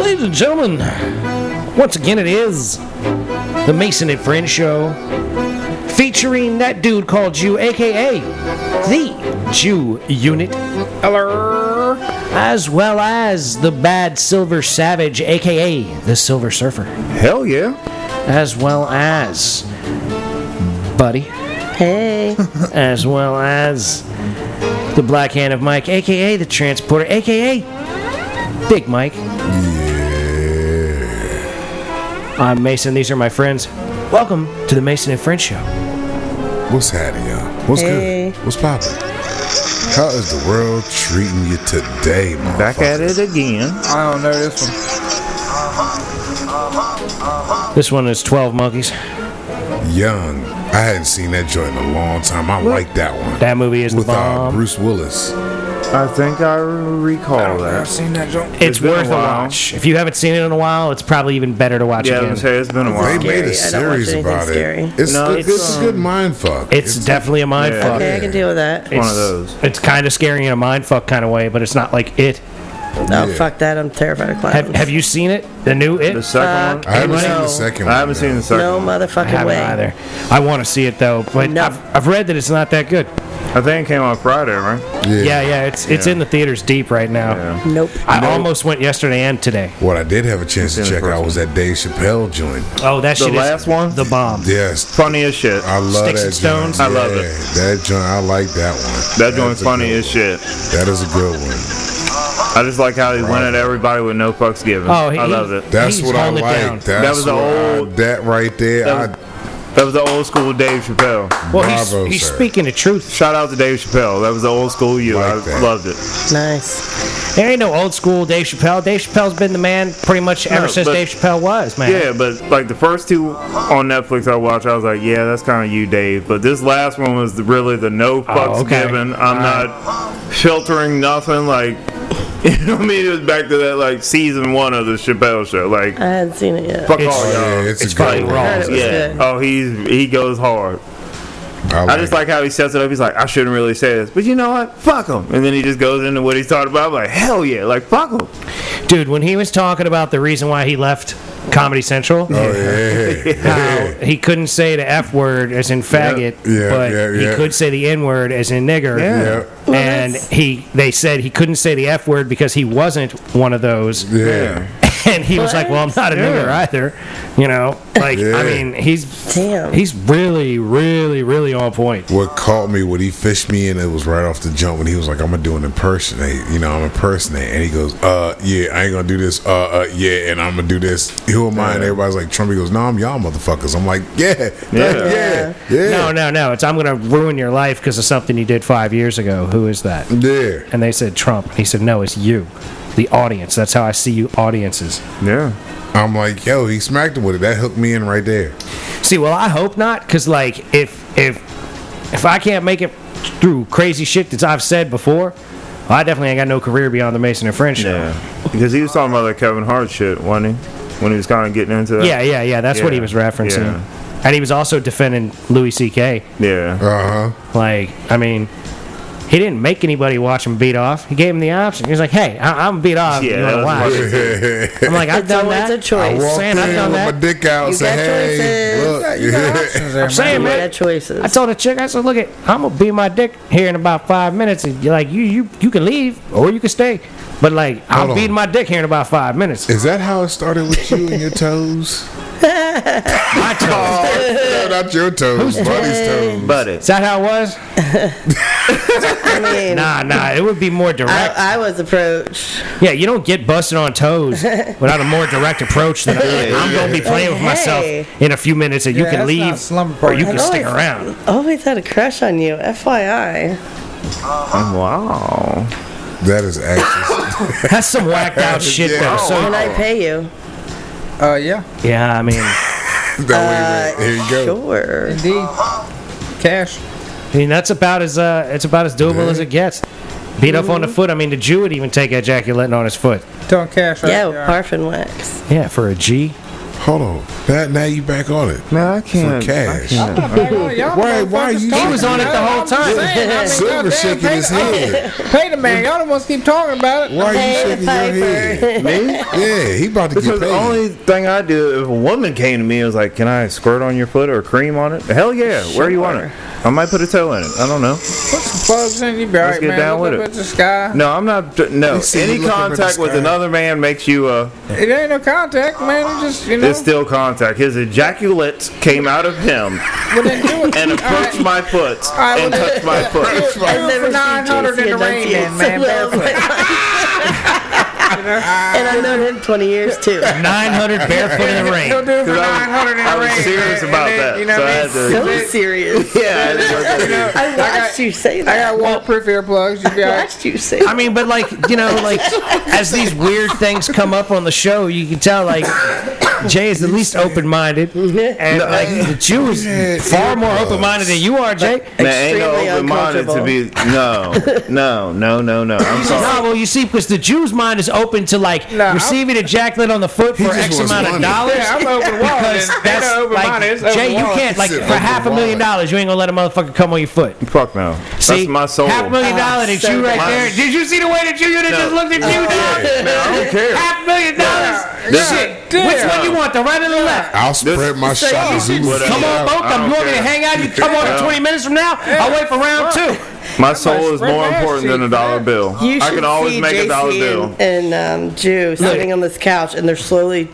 Ladies and gentlemen, once again it is the Mason and Friends show featuring that dude called Jew, aka the Jew Unit, Eller, as well as the Bad Silver Savage, aka the Silver Surfer, Hell yeah. as well as Buddy, Hey. as well as the Black Hand of Mike, aka the Transporter, aka Big Mike. I'm Mason. These are my friends. Welcome to the Mason and Friends show. What's happening, y'all? What's Hey. good? What's poppin'? How is the world treating you today, Back at motherfuckers? it again. I don't know this one. This one is 12 Monkeys. Young. I hadn't seen that joint in a long time. I like that one. That movie is the With uh, bomb. Bruce Willis. I think I recall that. seen that joint. it's been a worth a, while. watch. If you haven't seen it in a while, it's probably even better to watch Yeah, I was again. gonna say it's been a They while. made a Scary. I don't watch series anything about scary. it. It's, No, good- it's, this is um, good mind fuck. it's definitely a mind Yeah. fuck. Okay, I can deal with that. It's, One of those. It's kind of scary in a mind fuck kind of way, but it's not like it. No, yeah. fuck that. I'm terrified of clowns. Have, have you seen it? The new it? The second Uh, I haven't Hey, seen no. the second one. one. I haven't though. seen the second No one. I motherfucking haven't way. either. I want to see it though, but No. I've, I've read that it's not that good. I think it came out Friday, right? Yeah, yeah, it's it's Yeah. in the theaters deep right now. Yeah. Nope. I almost went yesterday and today. What I did have a chance Seen to the check first out one. was that Dave Chappelle joint. Oh, that The shit last is one? the bomb. Yes. Funny as shit. I love Sticks that and Stones? Joint. I love Yeah, it. That joint, I like that one. that joint's That's a funny good as shit. one. That is a good one. I just like how he went at everybody with no fucks given. Oh, he- I love it. That's He's what I holding it down. like. That's That was the what I- old- that right there. That I, That was the old school Dave Chappelle. Well, he's, Bravo, he's sir. speaking the truth. Shout out to Dave Chappelle. That was the old school you. Like I that. loved it. Nice. There ain't no old school Dave Chappelle. Dave Chappelle's been the man pretty much ever No, since but- Dave Chappelle was, man. Yeah, but like the first two on Netflix I watched, I was like, yeah, that's kind of you, Dave. But this last one was the- really the no fucks okay. given. I'm not filtering nothing. Like, you know what I mean? It was back to that like season one of the Chappelle show. Like, I hadn't seen it yet. fuck It's- all oh, y'all. yeah, it's, it's a good fucking one. wrong. Uh, I heard it was uh, Yeah. good. Oh, he's he goes hard. I, I just it. like how he sets it up. He's like, I shouldn't really say this, but you know what? Fuck him. And then he just goes into what he's talking about. I'm like, hell yeah, like fuck him. Dude, when he was talking about the reason why he left Comedy Central, Oh yeah, how he couldn't say the F word as in faggot, Yeah, but yeah, he yeah. could say the N word as in nigger. yeah, And he, they said he couldn't say the F word because he wasn't one of those. yeah. And he was like, "Well, I'm not a nigger either," you know. Like, I Yeah. mean, he's Damn. he's really, really, really on point. What caught me, what he fished me in, it was right off the jump when he was like, "I'm gonna do an impersonate," you know, "I'm impersonate," and he goes, "Uh, yeah, I ain't gonna do this. Uh, uh, yeah, and I'm gonna do this. Who am I?" And everybody's like, "Trump." He goes, "No, I'm y'all motherfuckers." I'm like, "Yeah, yeah, yeah, yeah." No, no, no. It's I'm gonna ruin your life because of something you did five years ago. Who is that? Yeah. And they said Trump. He said, "No, it's you, the audience. That's how I see you, audiences." Yeah. I'm like, yo, he smacked him with it. That hooked me in right there. See, well, I hope not, because like if if if I can't make it through crazy shit that I've said before, I definitely ain't got no career beyond the Mason and French. show. Yeah. Because he was talking about that Kevin Hart shit, wasn't he? When he was kind of getting into that. yeah, yeah, yeah. That's what Yeah. he was referencing, Yeah. and he was also defending Louis C.K. Yeah. Uh huh. Like, I mean. He didn't make anybody watch him beat off. He gave him the option. He was like, "Hey, I- I'm beat off. Yeah, you want that to was watch?" my- I'm like, "I've It's done always that." a I choice. walked saying, I've in done with that. my dick out. You said, got hey, choices. look, I'm saying, You man, got choices. I told the chick, I said, look, it, I'm gonna be my dick here in about five minutes. And you're like, you you you can leave or you can stay, but like I'm on. beating my dick here in about five minutes. Is that how it started with you and your toes? My toes. no, not your toes, buddy's toes. But Is it. that how it was? I mean, Nah, nah. It would be more direct. I, I was approached. yeah, you don't get busted on toes without a more direct approach than I'm, I'm gonna be playing with myself Hey. in a few minutes, and you Yeah, can that's not leave slumber or party. you can I've stick always- around. Always had a crush on you, FYI. Wow. That is actually. That's some whacked out shit Yeah. though. So And I pay you. Uh, yeah, yeah, I mean, that way, here you go. Sure. indeed. Cash. I mean that's about as uh, it's about as doable as it gets. Beat up on the foot. I mean, the Jew would even take that ejaculate on his foot. Don't cash. Yeah, Right with parfum wax. Yeah, for a G. Hold on. That now you back on it. No, I can't. cash. I can't. Why- why you- He was on it the whole time. Silver shaking his head. Pay the man. Y'all don't want to keep talking about it. Why are you Hey, shaking your head? Me? Yeah, he about to Because get the paid. only thing I do, if a woman came to me and was like, "Can I squirt on your foot or cream on it?" Hell yeah. Where do you want it? I might put a toe in it. I don't know. Put some plugs in. You be Let's alright, get man. down Look with up it. at the sky. No, I'm not. No, see you any looking for the contact with sky. another man makes you. uh It ain't no contact, man. It just you know. It's still contact. His ejaculate came out of him well, then do it. and approached All right. my foot right, and well, touched my Do foot. it- do it for nine hundred in the rain, then, man. Barefoot. You know? And I've known him 20 years too. 900 barefoot in the He'll rain. do it for Because I was- nine hundred in I the was rain. serious and about then, that, You know so what I I mean? had to- So serious. Yeah. I didn't work out. I watched you say I that. got waterproof earplugs. You be I alright. watched you say that. I mean, but like you know, like as these weird things come up on the show, you can tell like Jay is the least open-minded, and like the Jew is far more open-minded than you are, Jay. Man, ain't Extremely no open minded to be. No, no, no, no, no. I'm sorry. No, well, you see, because the Jew's mind is open to like Nah, I'm- receiving ejaculate on the foot for just X wants amount of money. dollars. Yeah, I'm open wallet. Because and ain't that's no open like minded, it's open Jay, you wallet. can't like It's for an half a open million wallet. dollars, you ain't gonna let a motherfucker come on your foot. Fuck no. See, That's my soul. Half a million dollar that so you right bad. there. Did you see the way that you unit just looked at you, dog? I don't care. Half million dollars. Yeah. Shit. Yeah. Which one you want, the right or the left? I'll spread my So shot. you as should you- say- Come on, Yeah, both I of them. You don't want me to care. hang out? You come on in Yeah. 20 minutes from now? I'll wait for round two. My soul is spread more my important than a seed, dollar man. bill. You I should can always see make JC a dollar bill. and, and um, Jew sitting on this couch, and they're slowly,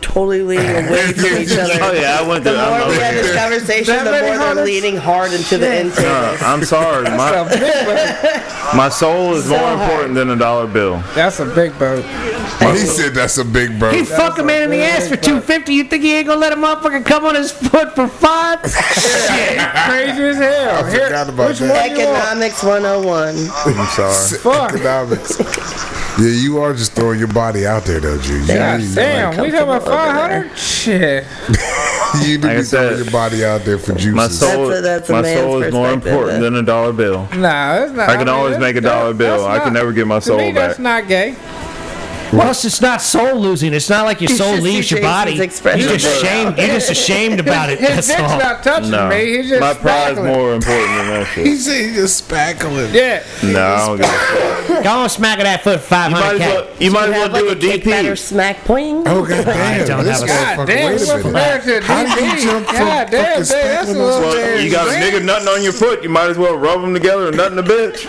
totally leaning away from each other. Oh yeah, I went to. The I'm, more we have this conversation, That the many more they're hundreds? leaning hard into the end uh, table. I'm sorry. That's My a big boat. my soul is more hard. important than a dollar bill. That's a big boat. He said that's a big bro. He fuck a man in the really ass for fucked. 250. You think he ain't gonna let a motherfucker come on his foot for five? Shit. Crazy as hell. I Here- forgot about which that. one you want? Economics 101. I'm sorry. Fuck. Economics. yeah, you are just throwing your body out there, though, Jew. You God need, damn, we talking about comfortable over 500? Shit. like, you need to Like I be throwing said, your body out there for juices. My soul. That's a- that's a my man's soul is more perspective, important though. than a dollar bill. Nah, that's not. I can always that's- make a that's- dollar bill. that's I can not- never get my to me, soul That's back. not gay. Plus, it's not soul losing. It's not like your You soul should see leaves your Jason's body. You're expression. just ashamed. You're just ashamed about it. His That's dick's all. not touching No, me. He's just my pride's spackling. more important than that shit. he said he just spackling. Yeah. No, I don't give a Go on, smack that foot might as 500 well, k. you might as well Have like do a a dick batter DP. smack poing. Oh god damn! don't this have a- motherfucker- God damn, wait we a went from minute. there to How do you DP. jump from God fucking damn, babe, that's a spackling on little bit. Well, you got a nigga nutting on your foot. You might as well rub them together and nutting a bitch.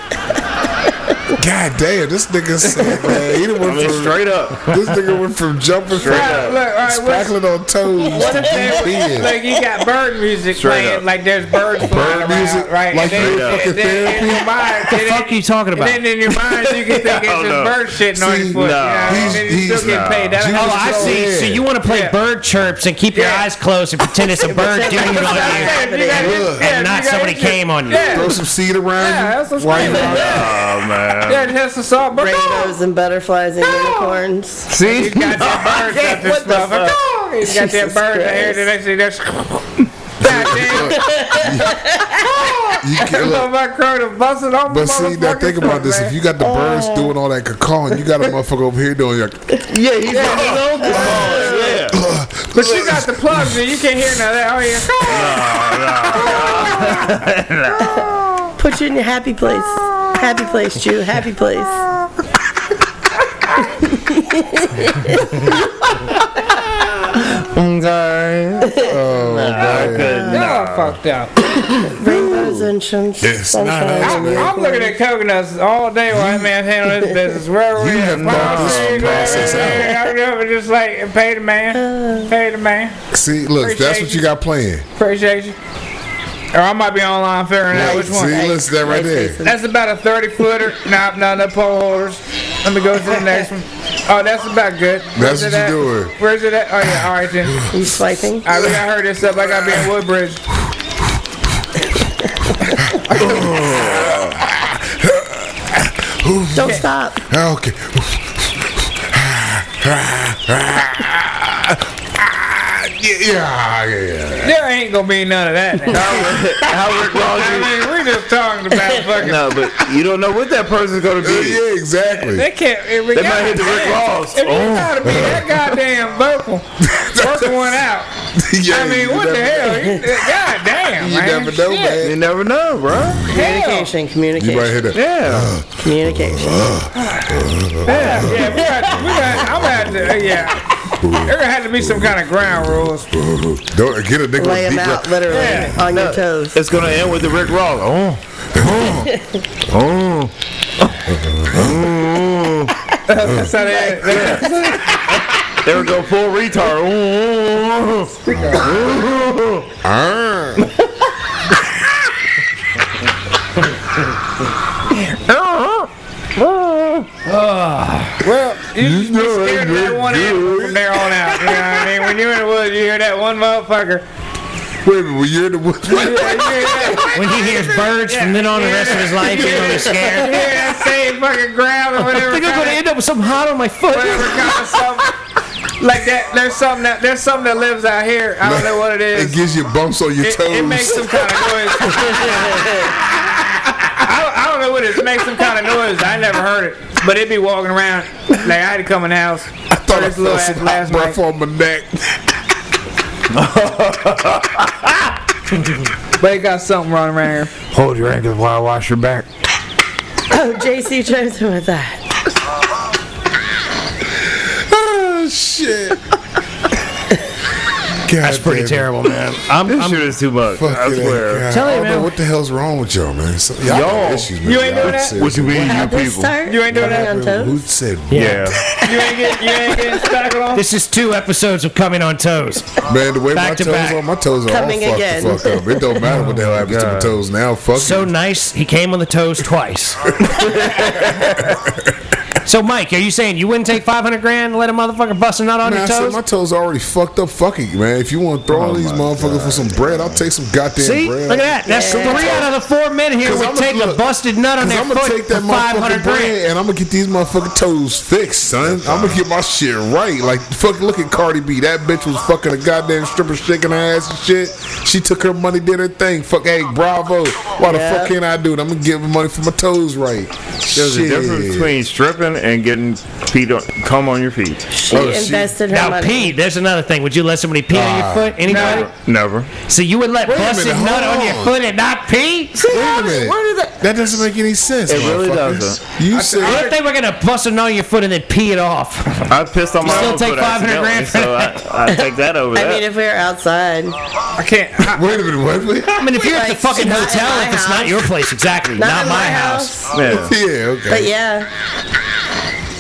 God damn, this nigga said, man, he done I went mean, from straight up. this nigga went from jumping from Straight Look, all right, what's- spackling on toes to DP. Like you got bird music Straight playing, up. like there's birds Bird flying around, music, right? like and you then, in and fucking then in your therapy? mind, The and fuck then- you talking about? And then in your mind, you can think Oh, no. it's just bird shitting on your See, foot. no. you know? and then you He's- still get he's- no. paid. That's Oh, I Yeah. see. So you want to play Yeah. bird chirps and keep your Yeah. eyes closed and pretend it's a bird doing it on you, Yeah, you got Look. hit- yeah, and not you got somebody hit your- came on you. Yeah. Throw some seed around Yeah, you. that's what's while crazy. you out. Oh man. Yeah, just a salt but Rainbows and butterflies and unicorns. See, you got that bird out this What the motherfucker. You got that Jesus bird in here. Christ. The next thing that's. Goddamn, You can't, look, my crow to bust it off. but see, now think about this. If you got the birds doing all that cacaw, and you got a motherfucker over here doing like, Yeah, he's on his Yeah. But you got the plugs and you can't hear none of that. Oh, yeah. Put you in your happy place. Happy place, Jew. Happy place. I oh, man. could Y'all not. are fucked up. Rainbows and shins- Yes, sunshine. nice, I'm, man. I'm looking at coconuts all day while that man's handling this business. Where we You at? have knocked this Palm Springs, process out. everything. I'm over just like, pay the man. Pay the man. See, look, that's what you got playing. Appreciate you. Or I might be online figuring out which See, one. listen, that right there. That's about a 30 footer. Nah, no, no pole holders. Let me go to the next one. Oh, that's about good. That's Where's it what you at? doing. Where's it at? Oh, yeah, all right then. You swiping? Ah, All right, we gotta hurry this up. I gotta be in Woodbridge. Don't stop. Okay. Ah, Yeah, yeah, yeah, yeah. There ain't gonna be none of that. Howard I Laundry. mean, we just talking about fucking. No, but you don't know what that person's gonna Uh, be. yeah, exactly. They can't. If we They got- might hit the Rick Ross. If you Oh. gotta be that goddamn vocal, working one out. yeah, I you mean, what never- the hell? You, uh, goddamn, You man. never know, Shit. man. You never know, bro. Hell. Communication, communication, You Uh, might hit that. Yeah. communication. Yeah, yeah, we got, we got, I'm at the, uh, yeah. There had to be some kind of ground rules. Don't get a nigga with Lay them deep out breath. literally Yeah. on your toes. It's gonna end with the Rick Ross. Oh. Oh. That's how they, they oh. There we go, full retard. Oh. Oh. Arr. Oh. well, you just be know scared of it, that one you animal from there on out. You know what I mean? When you're in the woods, you hear that one motherfucker. Wait a minute, when you're in the woods. You hear that, When he hears birds from then on the rest of his life, he's gonna be you scared. hear that same fucking growl or I whatever. think I'm kind gonna of- end up with something hot on my foot. whatever kind of something. Like that, there's something that there's something that lives out here. I don't know what it It is. gives you bumps on your It, toes. it makes some kind of noise. I, don't- I don't know what it is. It makes some kind of noise. I never heard it, but it be walking around. Like I had to come in the house. I thought I This little felt some ass last hot breath night. on my neck. But it got something running around here. Hold your ankles while I wash your back. Oh, JC Johnson with that. Oh, shit. That's pretty terrible, man. This I'm, shit is too much. Fuck I swear. Tell you, you, man. What the hell's wrong with y'all, man? So, Y'all. y'all got issues, man. You ain't Y'all doing that? serious. What you mean, you How'd this people? start? You ain't doing Running that? on Who toes. said Yeah. You ain't get you ain't getting tackled on. this is two episodes of coming on toes. Man, the way Back my to toes back. are, my toes are Coming all fucked again. the fuck up. It don't matter what the hell happens Oh to my God. toes now. Fuck So it. nice, he came on the toes twice. so, Mike, are you saying you wouldn't take 500 grand and let a motherfucker bust a nut on Man, I your said toes? my toes are already fucked up. Fuck it, man. If you want to throw Oh all these motherfuckers for some bread, I'll take some goddamn See, bread. look at that. That's Yeah. three out of the four men here 'Cause would I'ma take a look- busted nut on Cause their I'm foot gonna take that for 500 motherfucking grand. bread and I'm gonna get these motherfucking toes fixed, son. I'm gonna get my shit right. Like fuck, look at Cardi B. That bitch was fucking a goddamn stripper, shaking her ass and shit. She took her money, did her thing. Fuck, hey, bravo. Why the Yeah. fuck can't I do it? I'm gonna give her money for my toes right. There's shit. a difference between stripping and getting feet on, cum on your feet. She Oh, she- invested her Now, money. pee, there's another thing. Would you let somebody pee on your foot? Anybody? Never. Never. So you would let Wait a busted minute, nut hold on your on. foot and not pee? Wait a minute. that? doesn't make any sense. It really motherfuckers. doesn't. You said What if they were gonna bust a nut on your foot and then pee it off? I pissed on my still own take foot 500 grand accidentally, So I, I take that over I that. mean, if we were outside, not I can't. I, Wait a minute. Wait a minute. I mean, if you're at the Like, fucking not in hotel, my if it's not house. your place, exactly. Not, in my, house. yeah. yeah. Okay. but yeah,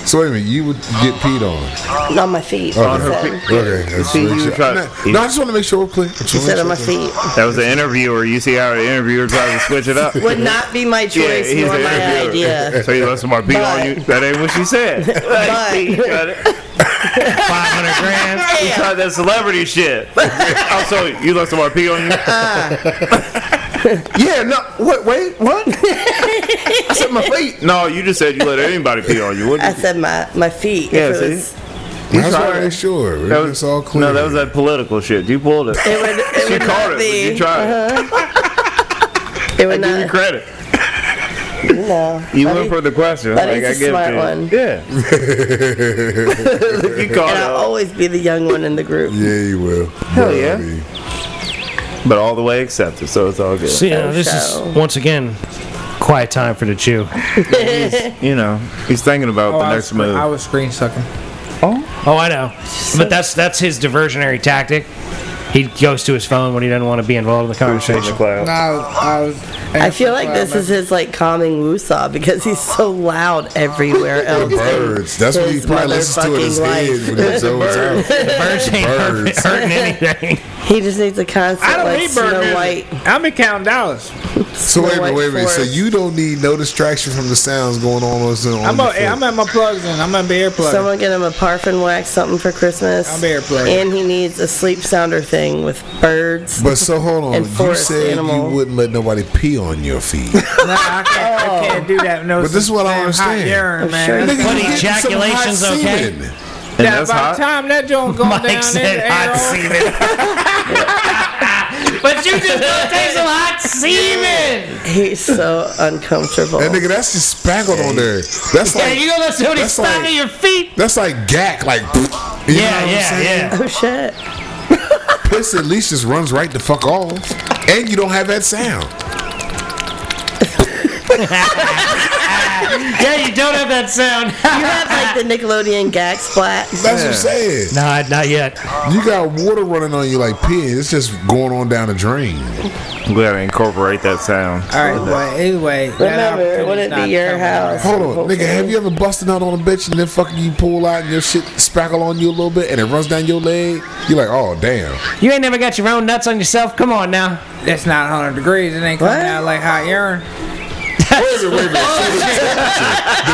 So wait a minute. You would get peed on. on my feet. On He Oh, her said. feet. Okay, that's See, what you she- try- no, no, I just want to make sure we're clear. I just He wanna said make on my sure- feet. That was the interviewer. You see how the interviewer tried to switch it up? Would not be my choice he's nor the my interviewer. idea. So you let somebody beat on you? That ain't what she said. But- Hey, you got it. 500 grand. You tried that celebrity shit. I'm sorry, you let somebody pee on you? yeah, no, what, wait, what? I said my feet. No, you just said you let anybody pee on you. What I did you said my my feet. Yeah, if see? it, was, I just want tried. to make sure. that it's all clear. No, that was that political shit. You pulled it. it would it She would caught not it. be. but You tried it. It would Give you not. credit. No. You That went is- for the question. that like, is I a give it smart to you. one. Yeah. you caught And it. I'll always be the young one in the group. Yeah, you will. Hell yeah. I mean, But all the way accepted, so it's all good. So, you know, this So- is, once again, quiet time for the Jew. you know, he's thinking about oh, the I next was, move. I was screen sucking. Oh, I know. But that's that's his diversionary tactic. He goes to his phone when he doesn't want to be involved in the Shit in the conversation. cloud. I was. I, was I feel like this is his like calming woosah because he's so loud everywhere else. birds. That's what he His probably listens to in his head motherfucking when he's over The birds ain't hurt, Birds. hurting anything. He just needs a constant I don't like need bird Snow music. White. I'm in counting dollars. So wait a minute, White wait a minute. So forest. you don't need no distraction from the sounds going on on the I'm. A, I'm at my plugs in. I'm at my earplugs. Someone get him a parfin wax something for Christmas. I'm bear plug. And he needs a sleep sounder thing with birds. But so hold on. and You forest said animal. you wouldn't let nobody pee on your feet. Nah, I can't, Oh. I can't do that. No, But this is what I damn understand. Hot urine, I'm man. sure That's- Nigga, Putting you getting some hot ejaculations, okay? semen. And Now, that's by hot. the time that joint goes down in Mike said the hot air, semen. but you just gonna take some hot semen. He's so uncomfortable. That nigga, that's just spackled on there. That's Yeah, like you gonna let somebody that's smack like- on your feet? that's like gack, like you know Yeah, what I'm yeah, saying? yeah. Oh shit. Piss at least just runs right the fuck off, and you don't have that sound. Yeah, you don't have that sound. You have like the Nickelodeon gag splat. That's what I'm saying. nah, not yet. You got water running on you like pee. It's just going on down the drain. I'm glad I incorporate that sound. all right. Well, anyway, that Remember, opportunity's would it be not your coming. house? Hold on, nigga. Have you ever busted out on a bitch and then fucking you pull out and your shit spackle on you a little bit and it runs down your leg? You're like, oh damn. You ain't never got your own nuts on yourself. Come on now. That's not 100 degrees. It ain't coming What? out like hot urine. Wait a minute, wait a minute.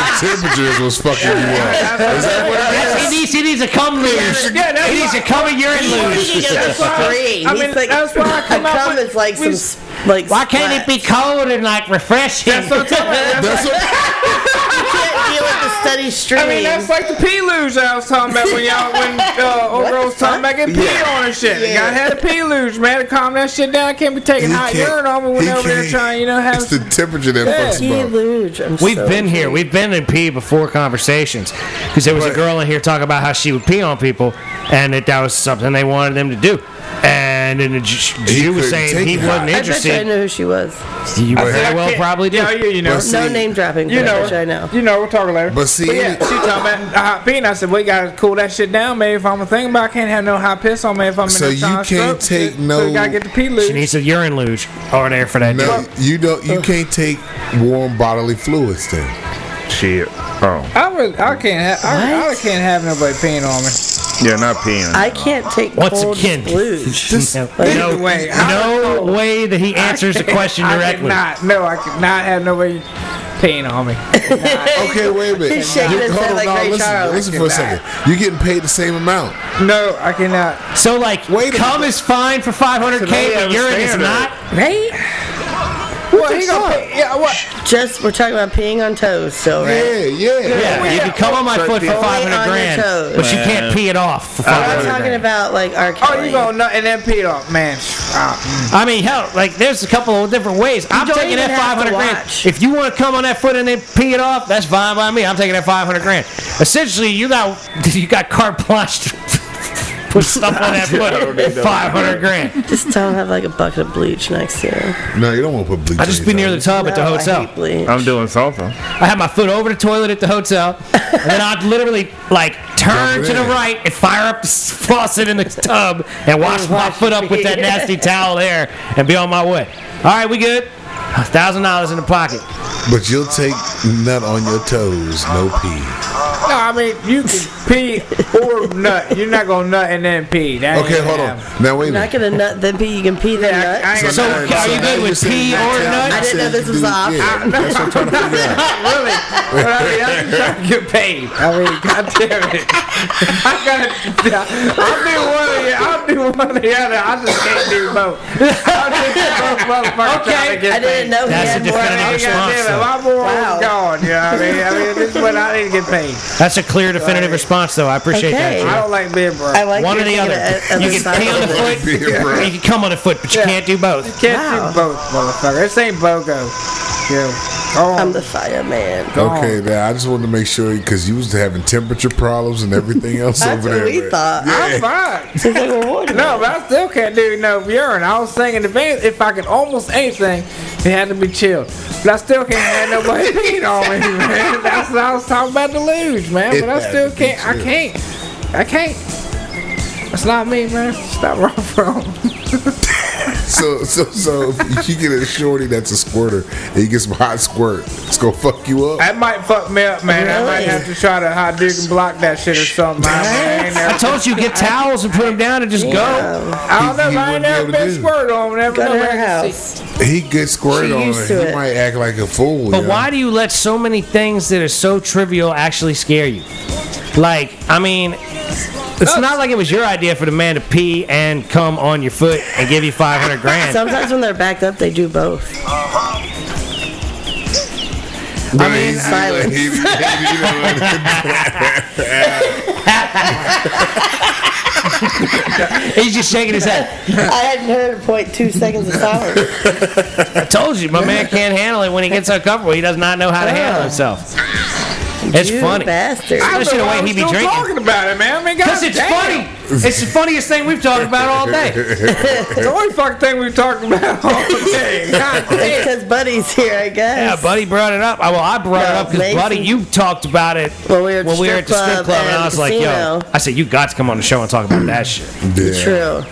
So the, temperature, the temperatures was fucking you up. Is that what it is? He needs, he needs a cum loose. Yeah, that's he needs a cum and urine loose. He can get this free. I He's mean, like, that's why I come a up cum with- is like some, with- s- like. Why can't it be cold and like refreshing? That's what I'm talking about. That's what, can't deal with the steady stream. I mean, that's like the pee luge I was talking about when y'all, when uh, old girl was talking about getting pee on and shit. I had a pee luge, man, to calm that shit down. I can't be taking He hot can't- urine on me he when over there can't. trying, you know, have it's the temperature that fucks He you up. luge. I'm We've so been here. We've been in pee before conversations because there was a Right. girl in here talking about how she would pee on people, and that that was something they wanted them to do. And then the Jew, He Jew was couldn't saying take he it. wasn't I bet you I interested. know who she was. You I said, very I well can't- probably do. Yeah, you, you know. But No see- name dropping, You but I know, bet you I know. you know, we're talking later. But see, yeah, she talking about the hot pee, and I said, "We gotta cool that shit down, man. If I'm a thing about, it, I can't have no hot piss on me. If I'm So in a you time can't stroke, take so no- you gotta get the pee She luge. needs a urine luge over there for that. No, dude. you don't. You can't take warm bodily fluids. Then Shit. Oh. I really, I can't, ha- I, I What? can't have nobody peeing on me. Yeah, not peeing. I can't take Once cold again, luge. no, either way, I no don't know. way that he answers the question I directly. could not. No, I could not have nobody peeing on me. okay, wait a minute. He's shaking You- his head like no, Ray listen, Charles. listen for a second. You're getting paid the same amount. No, I cannot. So like, Wait a cum minute. is fine for 500k, That's but another urine is standard. not. Right? What he gonna pee? Yeah, what? Just, we're talking about peeing on toes still, right? Yeah, yeah. Yeah, you can come on my foot for Only on 500 your grand, toes. but you can't pee it off for I'm 500 talking grand. about like R. Kelly. Oh, you gonna nut and then pee off, man? Ah, I mean, hell, like there's a couple of different ways. I'm don't taking even that have to 500 watch. grand. If you want to come on that foot and then pee it off, that's fine by me. I'm taking that 500 grand. Essentially, you got you got carte blanche to put stuff on that I don't foot. need that. 500 grand. Just don't have like a bucket of bleach next to you. No, you don't want to put bleach. I just on your be near the toes. tub at the No, I hotel. hate bleach. I'm doing something. I had my foot over the toilet at the hotel, and then I'd literally like turn Dump it to the in. right and fire up the s- faucet in the tub and wash my wash foot your up with that feet. nasty towel there and be on my way. All right, we good. Thousand dollars in the pocket. But you'll take nut on your toes, no pee. no, I mean you can pee or nut. You're not gonna nut and then pee. That Okay, ain't hold on. happening. Now wait a You're not minute. gonna nut then pee. You can pee then I- I nut. ain't gonna So, nut. are you good with pee or nut? I didn't know this was an option. Yeah, that's what I'm trying to figure out. really. But I mean, I'm just trying to get paid. I mean, goddamn it. I gotta. I'll do one or the, I'll do one or the other. I just can't do both. I'll just do both motherfuckers trying to get I paid. didn't know he That's had a more. definitive I mean, response, goddamn it, though. my morals Wow. wow. gone. You know what I mean? I mean, this is what I need to get paid. That's a clear, definitive response, though. I appreciate Okay. that. I don't like being broke. I like One you or the thinking other. of o- You other can pee on side. the foot, Pee, bro. or you can come on the foot, but you Yeah. can't do both. Can't Wow. do both, motherfucker. This ain't BOGO. Yo, oh, I'm the fireman. Okay, now I just wanted to make sure because you was having temperature problems and everything else That's over what there. we man. thought. I'm fine. no, but I still can't do no urine. I was saying in advance if I could almost anything, it had to be chilled. But I still can't have nobody peeing on me, man. That's what I was talking about the luge, man. It but I had still to be can't. I chilled. can't. I can't. That's not me, man. It's not where I'm from. So, so, so if you get a shorty that's a squirter and you get some hot squirt, it's gonna fuck you up. That might fuck me up, man. I might Really? have to try to hot dig and block that shit or something. I, ain't I never- told you, get towels and put them down and just go. Um, I He- don't know. if he I ain't wouldn't never be able to been do. squirted on. Never go to know. her I can see. house. He gets squirted She on, used and to he it. might act like a fool. But yo. why do you let so many things that are so trivial actually scare you? Like, I mean, it's not like it was your idea for the man to pee and come on your foot and give you 500 grand. Sometimes when they're backed up, they do both. I mean, silence. he- he- he- he- He's just shaking his head. I hadn't heard a point two seconds of silence. I told you, my man can't handle it when he gets uncomfortable. He does not know how to handle himself. It's you funny. bastard. Especially the way he be still drinking. talking about it, man. I mean, Because God it's damn. funny. It's the funniest thing we've talked about all day. It's the only fucking thing we talked about all day. God damn. Because Buddy's here, I Yeah, guess. Buddy brought it up. I, well, I brought it No, up because, Lacey- Buddy, you talked about it When we were at at the strip the strip club club, and and I was the like, yo. casino. I said, you got to come on the show and talk about that shit. Yeah. True.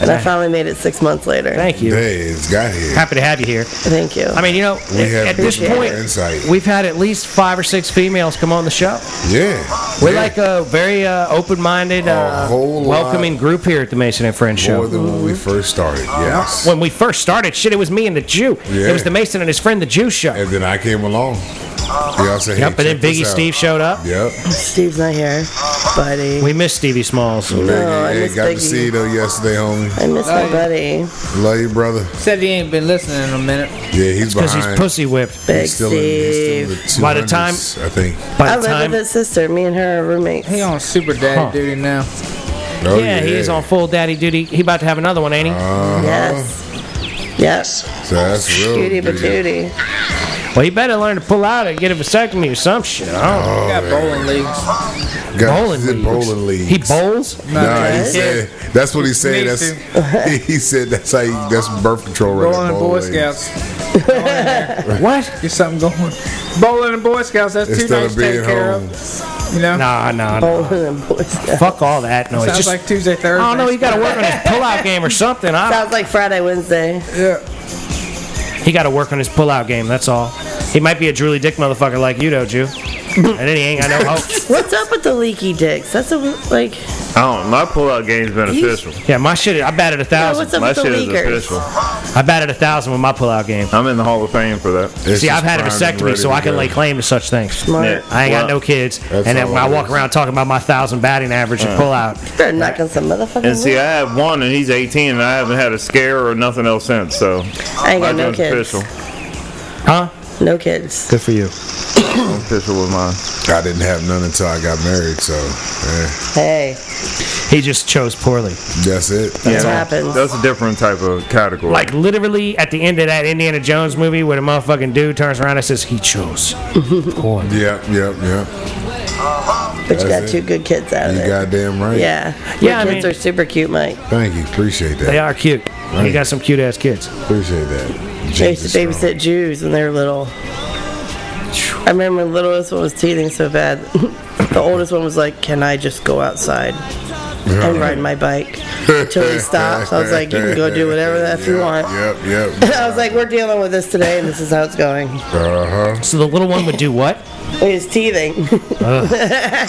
And I finally made it six months later. Thank you. Days got here. Happy to have you here. Thank you. I mean, you know, We have at this appreciate point, your insight. we've had at least five or six females come on the show. Yeah. We're yeah. like a very uh, open-minded, uh, whole lot. welcoming group here at the Mason and Friends more show. Uh-huh. than when we first started. Yes. When we first started, shit, it was me and the Jew. It Yeah. was the Mason and his friend, the Jew, show. and then I came along. Y'all said, hey, yep, and Uh-huh. then check this Biggie out. Steve Oh, showed up. Yep. Steve's not here. Buddy. Oh, We missed Stevie Smalls. Biggie, I hey, miss got Biggie. to see you though yesterday, homie. I miss my yeah. buddy. Love you, brother. Said he ain't been listening in a minute. Yeah, he's Because behind. he's pussy whipped. Big He's still in, Steve. he's still By in the 200s, time- I think. By I the live time, with his sister. Me and her are roommates. He on super daddy Huh. duty now. Oh, yeah, he is on full daddy duty. He about to have another one, ain't he? Uh-huh. Yes. Yes. So that's real. Cutie dude. patootie. well, he better learn to pull out and get a vasectomy or some shit. I don't know. Oh, Got man. bowling leagues. Got- Bowling he said leagues. Bowling league. He bowls. Nah, he does. said that's what he said. That's he said that's how you, that's birth control right Bowling and there, Boy bowling. Scouts. What? Get something going. Bowling and Boy Scouts. That's two Instead nights of being taken care home, of. You know. Nah, nah, nah. Bowling and Boy Scouts. Fuck all that noise. Sounds Just, like Tuesday, Thursday. I don't know. He got to work on his pull-out game or something. I, Sounds like Friday, Wednesday. Yeah. he got to work on his pull-out game. That's all. He might be a drooly dick motherfucker like you, though, Jew. and then he ain't got no hope. What's up with the leaky dicks? That's a like. I don't know. My pullout game's beneficial. Yeah, my shit. I batted a Yeah, thousand. what's up My with the shit is leakers? official. I batted a thousand with my pull-out game. I'm in the Hall of Fame for that. It's See, just I've had a primed and vasectomy, ready so to I can go. lay claim to such things. Smart. I ain't got no Well, kids, and That's then all I walk it is. Uh. around talking about my thousand batting average and pull out. They're knocking some motherfucking. And see, wood. I have one, and he's 18, and I haven't had a scare or nothing else since. So I ain't got no mine's kids. official. Huh? No kids. Good for you. I'm official with mine. I didn't have none until I got married, so eh, Hey, He just chose poorly. that's it. That's what happens. That's a different type of category. Like literally at the end of that Indiana Jones movie, where the motherfucking dude turns around and says he chose poorly. Yep, yep, yep. but you got it. two good kids out of You it. goddamn right. yeah. Your Yeah, I kids mean- are super cute, Mike. Thank you. Appreciate They that. are cute. He got some cute ass kids. Appreciate that. I used to Jesus babysit Christ. Jews when they were little. I remember the littlest one was teething so bad. the oldest one was like, "Can I just go outside and ride my bike?" Until he stopped, I was like, "You can go do whatever that if you Yep, want." Yep, yep. I was like, "We're dealing with this today, and this is how it's going." uh huh. So the little one would do what? He was teething.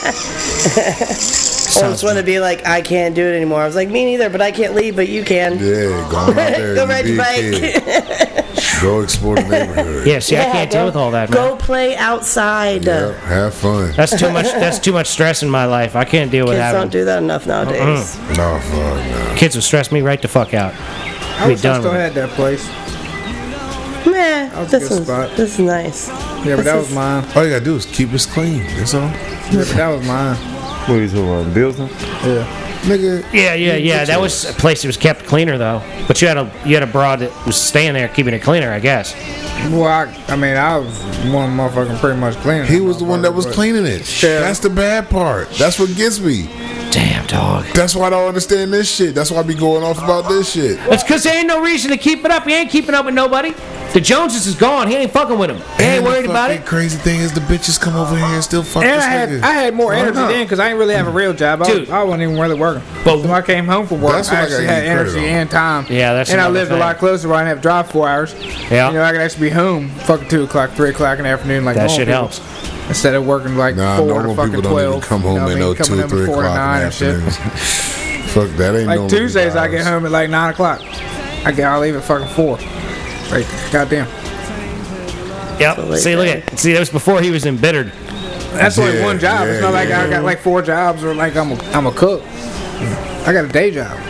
Sounds Oldest one to be like, "I can't do it anymore." I was like, "Me neither," but I can't leave, but you can. Yeah, go on out there. Go you ride be your a bike. kid. go explore the neighborhood. yeah. See, I Yeah, can't go- deal with all that, Go man. play outside. Yep, have fun. That's too much. That's too much stress in my life. I can't deal with Kids having don't do that enough nowadays. No, fuck, no. kids would stress me right the fuck out. I We wish I done still with it. had that place. Meh, was a this good is spot. this is nice. Yeah, but This that is- was mine. All you gotta do is keep us clean. That's all. Yeah, but that was mine. what are you talking about? Building? Yeah. Nigga, Yeah, yeah, yeah. That was a place that was kept cleaner though. But you had a you had a broad that was staying there keeping it cleaner, I guess. Well, I, I mean, I was one motherfucking pretty much cleaning. he was the one that was motherfucker, cleaning it. Yeah. That's the bad part. That's what gets me. Damn dog. That's why I don't understand this shit. That's why I be going off about this shit. That's because there ain't no reason to keep it up. He ain't keeping up with nobody. The Joneses is gone. He ain't fucking with him. He ain't And the worried about fucking it. Crazy thing is the bitches come over here and still fuck And this I had nigga. I had more energy not? then because I didn't really have a real job. I, Dude. was, I wasn't even really working. But- But when I came home from work, That's I what I actually gotta had give credit energy on. and time. Yeah, that's And I another lived thing. a lot closer where I didn't have to drive four hours. Yeah. You know, I could actually be home fucking two o'clock, three o'clock in the afternoon like That normal shit people, helps. Instead of working like Nah, four to normal fucking people don't twelve. even come you home know what at I no mean? Coming two, home three four o'clock to in the nine and shit. afternoon. Fuck that ain't Like normal Tuesdays, I get hours. home at like nine o'clock. I get I leave at fucking four. Right, goddamn. Yep. See, look at see. That was before he was embittered. That's only Yeah, one job. it's yeah, not like I yeah. got like four jobs or like I'm a, I'm a cook. I got a day job.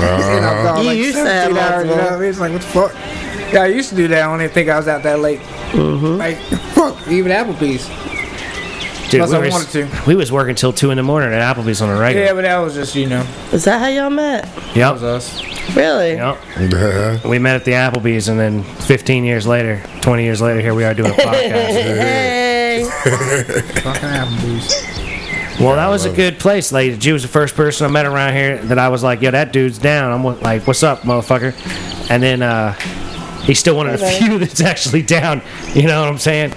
And I'm Uh-huh. gone, You like, used to have 17 hours, you multiple. know what I mean? It's like what the fuck. Yeah, I used to do that. I didn't think I was out that late. Like fuck, even Applebee's. Dude, Unless we I were s- wanted to. We was working till two in the morning at Applebee's on a Yeah, regular. but that was just you know, Is that how y'all met? that Yep. was us. Really? Yep. Yeah. We met at the Applebee's, and then 15 years later, 20 years later, here we are doing a podcast. Hey. Fucking Applebee's. well, that was a good place. Like, Jew was the first person I met around here that I was like, "Yo, that dude's down." I'm wa- like, "What's up, motherfucker?" And then uh, he's still one of the Hey, few that's actually down. You know what I'm saying?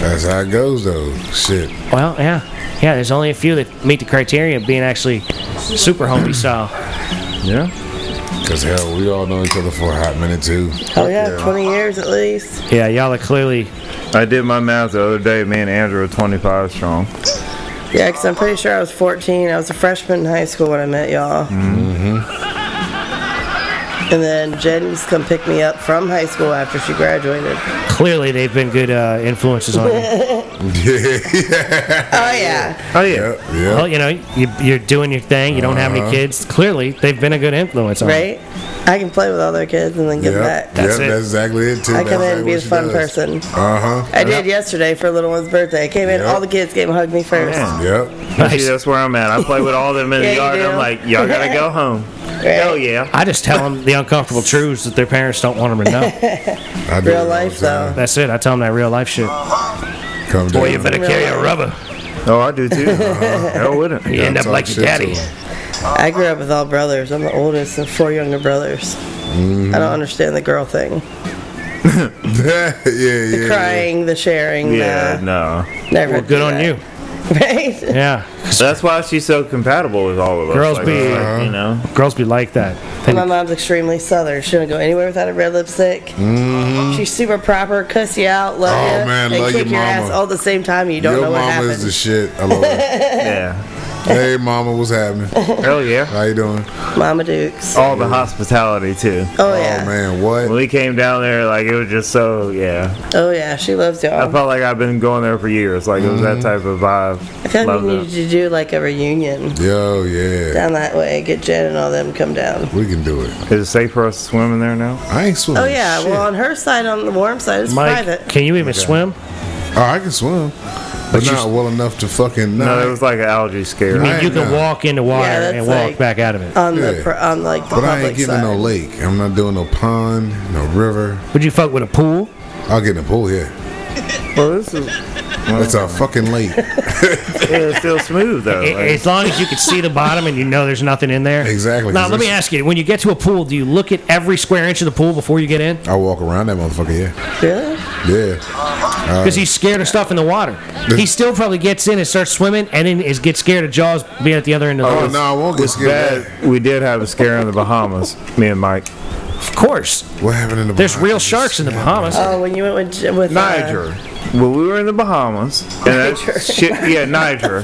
That's how it goes, though. Shit. Well, yeah, yeah. There's only a few that meet the criteria of being actually super homie style. Yeah. Because, hell, we all know each other for a hot minute, too. Oh yeah, 20 years at least. Yeah, y'all are clearly I did my math the other day. Me and Andrew are 25 strong. Yeah, because I'm pretty sure I was 14. I was a freshman in high school when I met y'all. Mm-hmm. And then Jen's come pick me up from high school after she graduated. clearly they've been good uh, influences on you. Yeah. Oh yeah. Uh-huh. Oh yeah. Well, yeah. you know, you, you're doing your thing. You don't have any kids. Clearly, they've been a good Oh. influence on you. Right? I can play with all their kids and then Yep. get back. That's Yep, it. That's exactly it, too. I come in and be the fun person. Uh huh. I did yesterday for little one's birthday. I came in, Yep. all the kids came and hugged me first. Man. Yep. See, that's where I'm at. I play with all them in Yeah, the you yard. do. I'm like, y'all gotta go home. Hell yeah. I just tell them the uncomfortable truths that their parents don't want them to know. I do it Real all life the time. though. That's it. I tell them that real life shit. Come down. Boy, you better carry a rubber. Oh, I do too. Hell with it. You end up talk like your shit to daddy. them. I grew up with all brothers. I'm the oldest of four younger brothers. Mm-hmm. I don't understand the girl thing. yeah, yeah. The yeah. crying, the sharing, Yeah, the no. never. Well, good do on that. you. Right? Yeah. That's why she's so compatible with all of us. Girls like, be- like, you know. Girls be like that. They- My mom's extremely southern. She don't go anywhere without a red lipstick. Mm-hmm. She's super proper, cuss you out, love Oh, you, man, and love kick your your ass mama. all at the same time. and You don't Your know mama what happened. is the shit. I love it. Yeah. hey, mama, what's happening? Hell yeah. How you doing? Mama Dukes. Oh, All the hospitality too. yeah. Oh man, When what? we came down there, like it was just so yeah. Oh yeah. She loves y'all. I felt like I've been going there for years. Like it was that type of I vibe. feel like Love we need it. to do like a reunion Yo, yeah, down that way. Get Jen and all them come down. we can do it. Is it safe for us to swim in there now? I ain't swimming. Oh yeah. shit. Well, on her side, on the warm side, it's Mike, private. can you even swim? oh, I can swim, but, you- not well enough to fucking. No, No, it was like an algae scare. I mean, I you ain't can know. walk into water Yeah, that's and walk like- back out of it. on the Yeah. pr- on like the but I ain't public getting side. no lake. I'm not doing no pond, no river. Would you fuck with a pool? I'll get in the pool here. well, this is It's a fucking lake. it's still smooth though. A- Like, As long as you can see the bottom and you know there's nothing in there. Exactly, Now 'cause let me it's- ask you: When you get to a pool, do you look at every square inch of the pool before you get in? I walk around that motherfucker. Yeah, Really? yeah. Because he's scared of stuff in the water. He still probably gets in and starts swimming, and then is gets scared of jaws being at the other end of the Oh pool. no, I won't get scared. of that we did have a scare in the Bahamas. Me and Mike. Of course, that. What happened in the? there's real Bahamas? sharks in the Bahamas. Oh, when you went with J- with uh, Niger. Well, we were in the Bahamas. And that Niger. shit, yeah, Niger.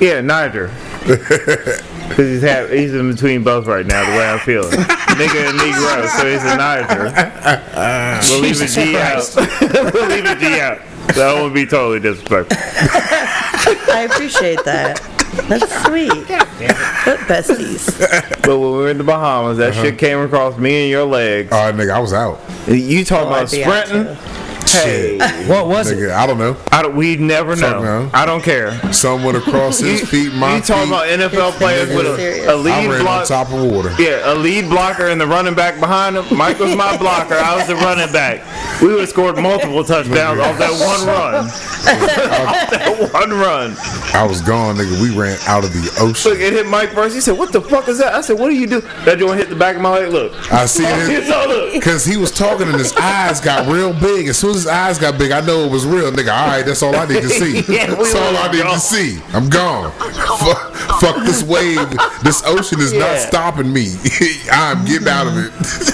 Yeah, Niger. Because he's, ha- he's in between both right now, the way I'm feeling. Nigga and Negro, so he's a Niger. We'll leave a Jesus G Christ. out. we'll leave a G out. That would be totally disrespectful. I appreciate that. That's sweet. What besties? But when we were in the Bahamas, that shit came across me and your legs. Oh nigga, I was out. you talking Oh, I'd about be out, sprinting? Hey, what was it? Nigga, I don't know. I don't, we never know. around. I don't care. Someone across his feet, my you talking about feet. NFL players with serious. a, a I lead ran on block? top of water. Yeah, a lead blocker and the running back behind him. Mike was my blocker. I was the running back. We would have scored multiple touchdowns off that one run. Off that one run. I was gone, nigga. We ran out of the Look, ocean. it hit Mike first. He said, "What the fuck is that?" I said, "What do you do?" That joint hit the back of my leg. Look, I see it's it all look. because he was talking and his eyes got real big. As soon as his eyes got big, I know it was real, nigga. All right, that's all I need to see. Yeah, we that's all were I need gone. to see. I'm gone. Fuck, fuck this wave. This ocean is Yeah. not stopping me. I'm getting out of it.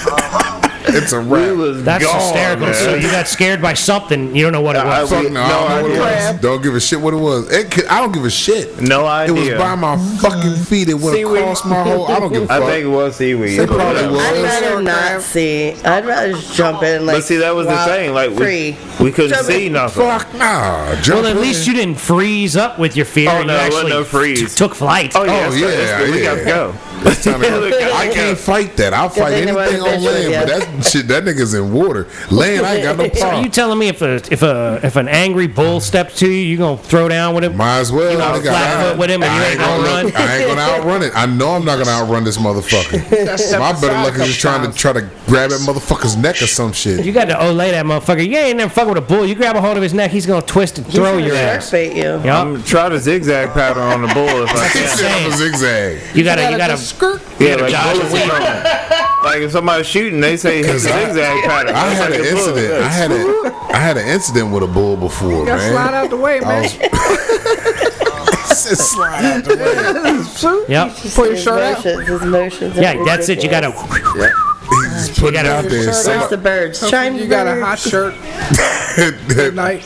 it's a We wrap. was That's gone, hysterical. man. So you got scared by something. You don't know what it I- was. Fuck no, I No don't know what it idea. was. Don't give a shit what it was. It could, I don't give a shit. No It was idea. by my fucking feet. It went Seaweed. across my whole. I don't give a I fuck. think it was seaweed. It probably was. I'd rather not see. I'd rather just jump in. Like, But see, that was the wild- thing. Like we, free. we couldn't Jump in. see nothing. Fuck nah. well, at least you didn't freeze up with your fear. Oh, you no, it wasn't actually no freeze. t- took flight. Oh yeah, Oh, it's- it's- yeah, we got to yeah. go. It's time to go. Look, I I go. can't fight that. I'll fight thing about anything on adventure, land, yeah. but that shit, that nigga's in water. Land, I ain't got So are no you problem. telling me if a if a if an angry bull steps to you, you gonna throw down with him? Might as well. gonna nigga, flat I- foot with him and I you ain't gonna look- run? I ain't gonna outrun it. I know I'm not gonna outrun this motherfucker. My better luck is just trying to try to grab that motherfucker's neck or some shit. You got to olay that motherfucker. You ain't never fucking with a bull. You grab a hold of his neck, he's gonna twist and throw He's your gonna ass. Bait you. Yup. I'm gonna try to zigzag pattern on the bull if I He can. said I'm a zigzag. You gotta you gotta skirt. Yeah, like dodge bullets a weed. from- Like if somebody's shooting, they say hit the Cause I- zigzag pattern. I It's had like an a bullet. incident. I had a, I had an incident with a bull before, Gotta man. slide out the way, man. Oh. Said slide out the way. Yep. Pull your shirt out. motions, his motions. are Yeah, that's it. You gotta ridiculous. He just put it gotta- out there. Where's the Some- birds? Chime You got a birds. hot shirt tonight.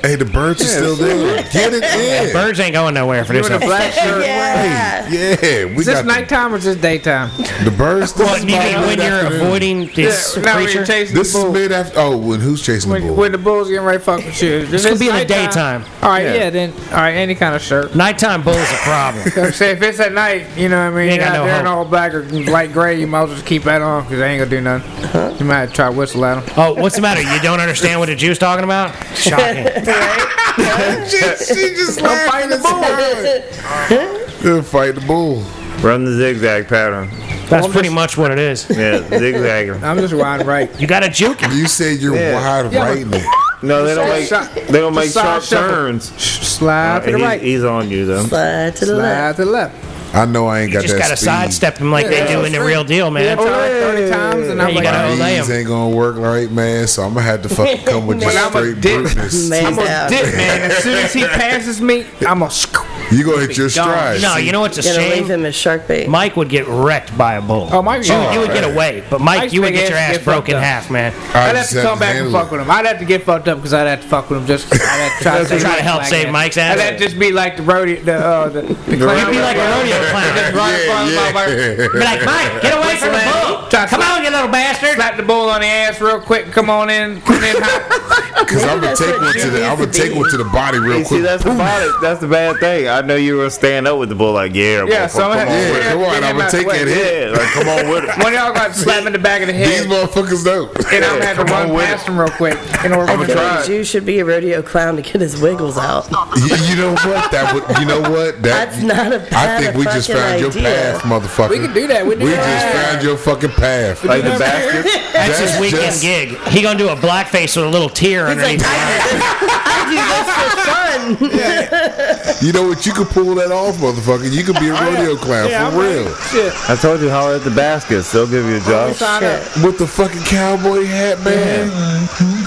hey, the birds are still there. Get it in. Birds ain't going nowhere for You this in a one. black shirt. Yeah. Yeah, we Is this got nighttime or just daytime? the, the birds. This But is even about when you're mid-afternoon. avoiding this now when creature, you're chasing This the is bull. mid after. Oh, when who's chasing the when, bull? when the bull's getting ready to fuck with you. This could be in the daytime. All right, Yeah. yeah. then. All right, any kind of shirt. nighttime bull is a problem. Say if it's at night, you know what I mean. You ain't You're got out no there in hope. all black or light gray, you might as well just keep that on because they ain't gonna do nothing. You might try to whistle at them. Oh, what's the matter? You don't understand what the Jew's talking about? Shocking. she, she just I'm fighting the bull. They'll fight the bull. Run the zigzag pattern. That's pretty much what it is. Yeah, zigzagging. I'm just riding right. You gotta juke him. You said you're Yeah. wide Yeah, right now. No, they don't Side make shot. they don't make Side sharp shuffle. turns. Uh, Slide to the He's- right. He's on you though. Slide to the left. Slide to the left. I know I ain't got Just that gotta speed. sidestep him like they do in the real deal, Yeah, man. try like 30 times, and I'm you like, gotta My Olay knees 'em. ain't gonna work right, man. So I'm gonna have to fucking come with just But I'm a straight dick. bruteness. Man I'm a down. dip, man. As soon as he passes me, I'm a. Sk- You gonna hit your Gone. stride? No, See, you know what's a Gonna leave shame? him as shark bait. Mike would get wrecked by a bull. Oh, Mike- you, you would Oh, get right. away, but Mike, Mike's you would big get ass your ass get broke fucked in up. half, man. I I'd have just to come back and handle fuck it. with him. I'd have to get fucked up because I'd have to fuck with him just. 'cause I'd have to try, Try to save help my save ass. Mike's I'd ass. have to just be like the rodeo. The, uh, the, the clown. You'd be like a rodeo clown. Right in front of my yeah, Be like, Mike, get away from the bull! Try to Come slap- on, you little bastard! Slap the bull on the ass real quick. and Come on in. Come in hot. Because I'm gonna That's take what one to Jimmy the. I'm gonna used to take be. one to the body real You see, quick. that's the bad, that's the bad thing. I know you were stand up with the bull like, yeah, Yeah, motherfucker, so I'm come gonna- on with Yeah, it. come on, Get him I'm gonna out the take way. that hit. Yeah, like come on with it. One of y'all got slapped in the back of the These head. motherfuckers don't. And I'm gonna have to Come on run with past him real quick in order I'ma for I feel like Right. Jew should be a rodeo clown to get his wiggles out. You, you know what? That would. You know what? That. That's not a I bad think we just found fucking your idea. path, motherfucker. We can do that. We do We just that. found your fucking path. Like the basket. That's his weekend just- gig. He gonna do a blackface with a little tear He's like, underneath. I, I do this for fun. You know what? You could pull that off, motherfucker. You could be a rodeo clown Yeah, for I'm real. Shit. I told you, holler at the basket. They'll give you a job. Sign up. With the fucking cowboy hat, man.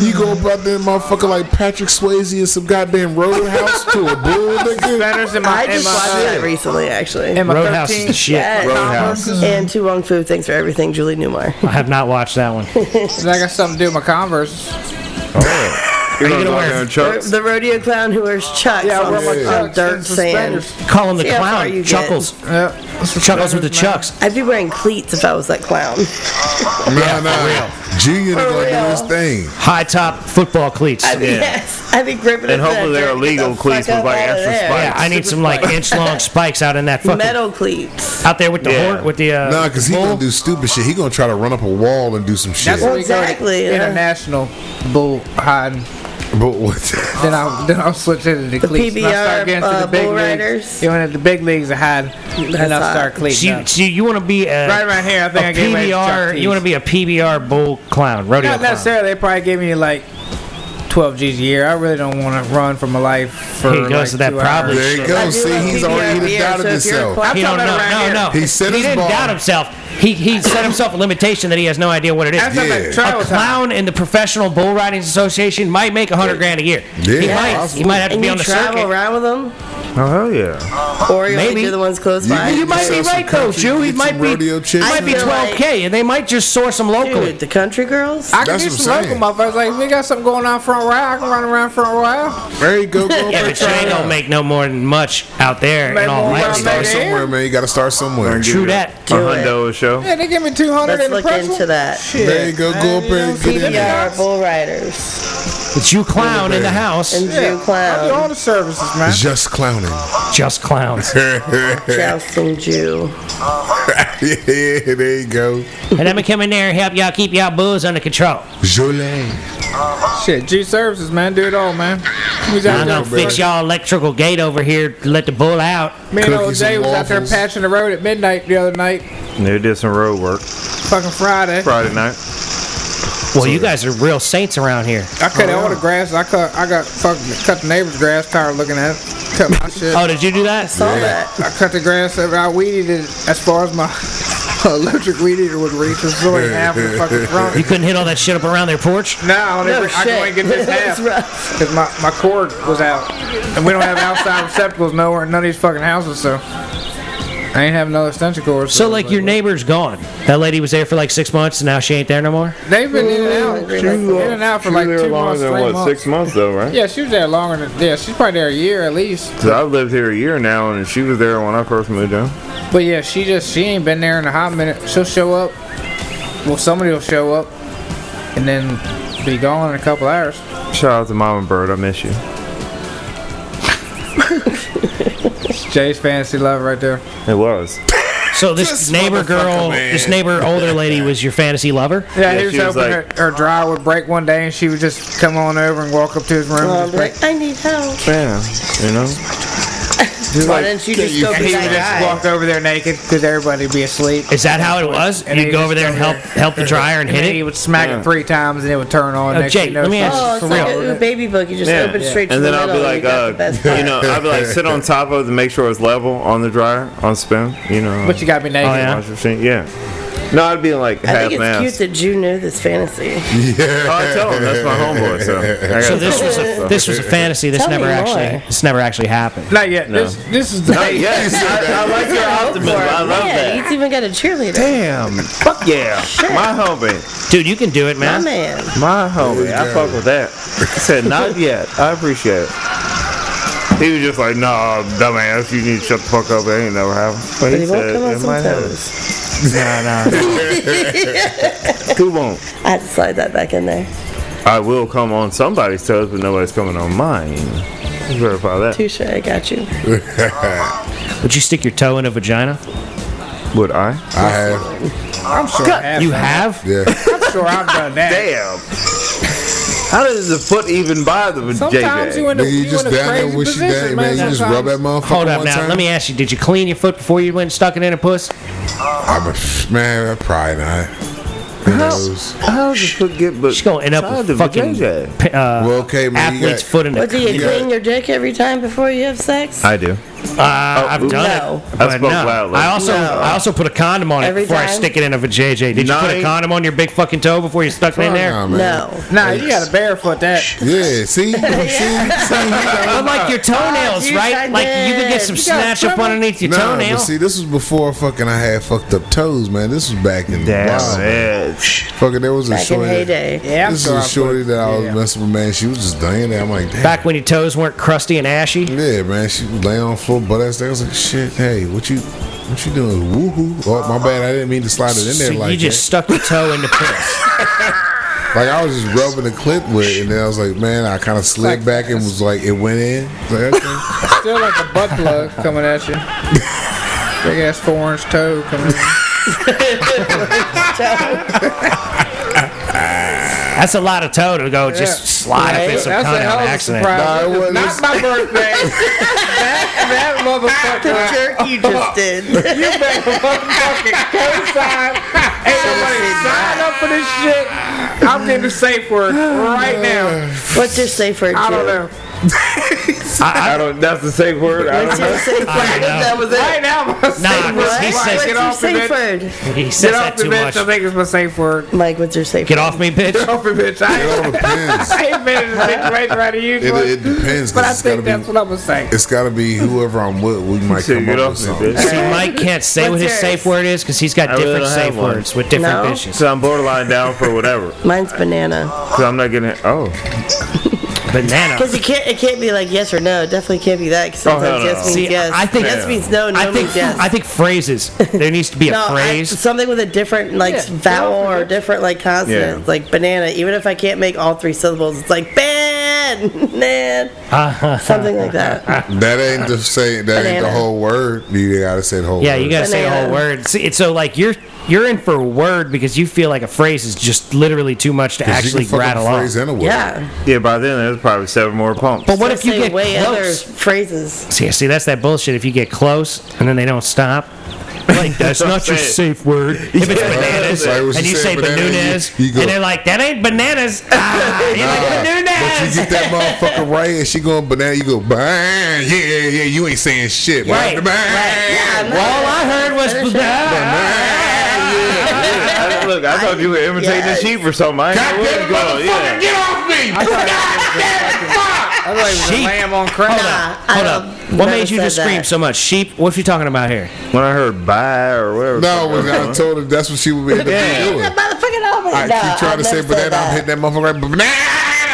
You go up out there, motherfucker, like Patrick Swayze in some goddamn roadhouse to a bull, nigga. Banners in my I in just watched my, that recently, actually. uh, in my Roadhouse is 13. the shit. Yes. Roadhouse. And Tu Wong Fu, thanks for everything, Julie Newmar. I have not watched that one. I got something to do with my Converse. You're you gonna gonna go out wear- there in The, chucks. the rodeo clown who wears chucks Yeah, I on, wear my on chucks dirt and sand. suspenders. Call him the See how far you clown. get. Chuckles. Yeah. Chuckles with the chucks. I'd be wearing cleats if I was that clown. Nah, nah. Junior For gonna do real. his thing. High top football cleats. I'd be, Yeah. Yes, I'd be gripping And it to hopefully that they're dirt, get illegal the cleats fuck with, like, up out of extra there. spikes. Yeah, I need some like inch long spikes out in that fucking Metal cleats. out there with the Yeah. horn with the uh, Nah, cause he bull. gonna do stupid shit. He gonna try to run up a wall and do some shit. That's what we call it, Exactly, yeah. International bull hiding. But what? Then I'll then I'll switch into the, The cleats. and I'll PBR, start getting to uh, the big bull leagues. riders. You went at the big leagues and hide, and That's I'll hot. start So cleating you, up. so you want to be a, Right around here, I think I a gave away E. PBR. You want to be a PBR bull clown, rodeo Not clown. necessarily. They probably gave me like 12 G's a year. I really don't want to run for my life for He goes like to that two problem. hours. There you I go. do See, like he's PBR already he done beer, doubted so if you're a himself. I'm He don't talking know. about around No, here. no. He set his didn't bar. doubt himself. He he set himself a limitation that he has no idea what it is. That's not Yeah. like a trial time. clown in the Professional Bull Riding Association might make a hundred grand a year. he Yeah, might. He possible. might have to And be you on the travel circuit. around with them, Oh hell yeah! or you're like Maybe. you're the ones close by. can You might be yourself some right though, country, Jew. get He some might be. rodeo chicks. Might be I feel like- 12k, and they might just source him locally. Dude, the country girls. I can That's do what some I'm local motherfuckers. Like, if we got something going on front row, I can run around front row. There you go. go Yeah, but you ain't gonna make no more than much out there Make in all more You gotta money. that start Back there. somewhere, man. You gotta start somewhere. True that. A Do it. hundo a show. Yeah, they give me 200 Let's in the look pretzel. into that. Shit. There you go. Go Man, up there and don't see get in them there. PBR bull riders It's you clown in the house. and Jew I do all clown. the services, man. Just clown clowning. Just clowns. Jousting Jew. yeah, there you go. and I'm gonna come in there and help y'all keep y'all booze under control. Jolie. Shit, G services, man. Do it all, man. Who's I'm out gonna there? fix y'all electrical gate over here to let the bull out. Me and old Cookies and Jay was out there waffles. patching the road at midnight the other night, They did some road work fucking Friday. Friday night. Well, you guys are real saints around here. I cut all the grass. I cut. I got fucking cut the neighbor's grass. Tired of looking at it. Cut my shit. Oh, did you do that? Saw that. I cut the grass. Over. I weeded it as far as my electric weed eater would reach. It was only half the fucking front. You couldn't hit all that shit up around their porch? Now No no, I can only shit. get this half That's rough. because my, my cord was out, and we don't have outside receptacles nowhere in none of these fucking houses. So I ain't having no extension cord. So, like, your neighbor's gone. That lady was there for like six months, and now she ain't there no more? they've been in and Ooh, out, she in and out for like She was there two longer months, than three what, months. six months though, right? Yeah, she was there longer than yeah. She's probably there a year at least. So I've lived here a year now, and she was there when I first moved down. But yeah, she just she ain't been there in a hot minute. She'll show up. Well, somebody will show up, and then be gone in a couple hours. Shout out to Mom and Bird, I miss you. It's Jay's fantasy love right there. It was. So, this, This neighbor motherfucker, girl, man. this neighbor older lady was your fantasy lover? Yeah, Yeah, he was she was hoping like- her, her dryer would break one day, and she would just come on over and walk up to his room. Well, and I'll be just break. like, I need help. Yeah, you know. Why didn't you just go And be he would that guy? just walk over there naked because everybody would be asleep. Is that how it was? And You'd they go just over there and come help help the dryer and hit And he it? would smack Yeah. it three times, and it would turn on. Oh, Next thing Jake, you know, let me it's ask fucking you Oh, it's for like real. a new baby book. You just Yeah. open Yeah. straight to and the then I'll middle be like, and you got uh, the best you part. know, I'll be like, sit on top of it to make sure it's level on the dryer, on spin, you know. But you gotta be naked. Oh, yeah. Wash machine, yeah. No, I'd be like I half think it's cute mast. that Jew knew this fantasy. Yeah. Oh, I tell him that's my homeboy. So, I gotta So this tell was him a stuff. this was a fantasy. This Tell me never actually more. this never actually happened. Not yet. This this is the Not yet. I, I like your optimism. I love yeah, that. he's even got a cheerleader. Damn. Fuck yeah. My homie. Dude, you can do it, My man. man. My homie. I go. fuck with that. I said, not yet. I appreciate it. He was just like, nah, dumbass, you need to shut the fuck up. It ain't never happened. But But he he won't said, come on it might some happen. toes. Who won't? I had to slide that back in there. I will come on somebody's toes, but nobody's coming on mine. Verify that. Touche, I got you. Would you stick your toe in a vagina? Would I? I have. I'm sure I have. You have? Yeah. I'm sure I've done that. Damn. How does the foot even bother with Sometimes you JJ? in a, Nigga, you you just in a down there crazy with you position, down, man. man. You just rub sometimes. that motherfucker Hold up one now. time. Let me ask you, did you clean your foot before you went and stuck it in a puss? I'm a, man, probably not. Who knows? How does the foot get but She's gonna end up tied with fucking JJ? p- uh, Well, okay, man. You athlete's got, foot in But it. do you Yeah. clean your dick every time before you have sex? I do. Uh, I've oops. done No. it. I but spoke no. loudly. I also No. I also put a condom on it Every before I time? stick it in a vajayjay. Did you put a Nine- condom on your big fucking toe before you stuck it in there? Nah, man. no. Nah, you gotta barefoot that. Yeah, see? Unlike your toenails, Oh, dude, I right? Like you could get did. some You got snatch up trouble? underneath your Nah, toenail. but see, this was before fucking I had fucked up toes, man. This was back in wow, man. Damn it. Fucking there was a Back in shorty. heyday. Yeah, I'm This sure is I a shorty put- that I was yeah. messing with, man. She was just laying there. I'm like, damn. Back when your toes weren't crusty and ashy. Yeah, man. She was laying on the floor, butt ass. down. I was like, shit. Hey, what you, what you doing? Woohoo! Oh, my bad. I didn't mean to slide it in So there like you just that. stuck your toe in the piss. Like I was just rubbing the clip with, it, and then I was like, man, I kind of slid Like- back and was like, it went in. It's Like, okay. Still like a butt plug coming at you. Big ass four inch toe coming. at you. That's a lot of toe to go just slide up in some That's a condom hell on of a accident. surprise. Nah, it wasn't. Not my birthday. that, that The motherfucker. jerk you just did. You better motherfucking co-sign. Ain't nobody sign up for this shit. I'm getting the safe word right now. What's your safe word, Jew? I don't know. I don't. That's the safe word. I What's don't know. your safe word? I know. That was it. Right now, my safe Nah, word. he What? said- What's Get your off the safe bench. word? He says Get off that the too bench. much. I think it's my safe word. Mike, what's your safe Get word? off me, Get bitch. off the bitch. I It all ain't, depends. I ain't been in a situation right to use It, one. it depends. 'cause But I it's gotta think that's be. what I'm gonna say. It's gotta be whoever I'm with. We might So come get off up with me, something. bitch. See, Mike can't say what What's his yours? safe word is because he's got really different don't safe have one. words with different No? bitches. So I'm borderline down for whatever. Mine's banana. So I'm not getting. Oh. Banana. Because you can't, it can't be like yes or no. It definitely can't be that. Because Oh, hell sometimes no. yes means See, yes. I think- yes means no. No I think means yes. I think phrases. There needs to be a no, I- phrase. something with a different like Yeah. vowel or different like consonant, Yeah. like banana. Even if I can't make all three syllables, it's like ban. dead, man. Something like that. That ain't the say. That ain't the Banana. whole word. You gotta say the whole. Yeah, word. you gotta say the whole Banana. word. See, it's so like you're you're in for a word because you feel like a phrase is just literally too much to 'Cause you actually can fucking rattle on. phrase in a word. Yeah. Yeah, by then there's probably seven more pumps. But what if you Say get way other close? phrases? See, see, that's that bullshit. If you get close and then they don't stop, like that's what I'm not your saying. safe word. If it's bananas Like when and she you said say banana, bananas, you- you go- and they're like, "That ain't bananas." Ah, you're Ah, But you like get bananas. that motherfucker right, and she going banana. You go bang. Yeah, yeah, yeah. You ain't saying shit. Right, Bang, right. bang, Yeah, All I heard was banana. I, look, I thought you were imitating Yes. the sheep or something. I ain't know where Goddamn you going. motherfucker, Yeah. get off me! I thought it was a Sheep. lamb on crack. Nah, Hold I up. don't- What never made you said just that. scream so much? Sheep? What you talking about here? When I heard bye or whatever. No, when I told her that's what she would end up Yeah. doing. That motherfucking oven. I Nah, keep trying to I say never banana. said I'm hitting that motherfucker. Right,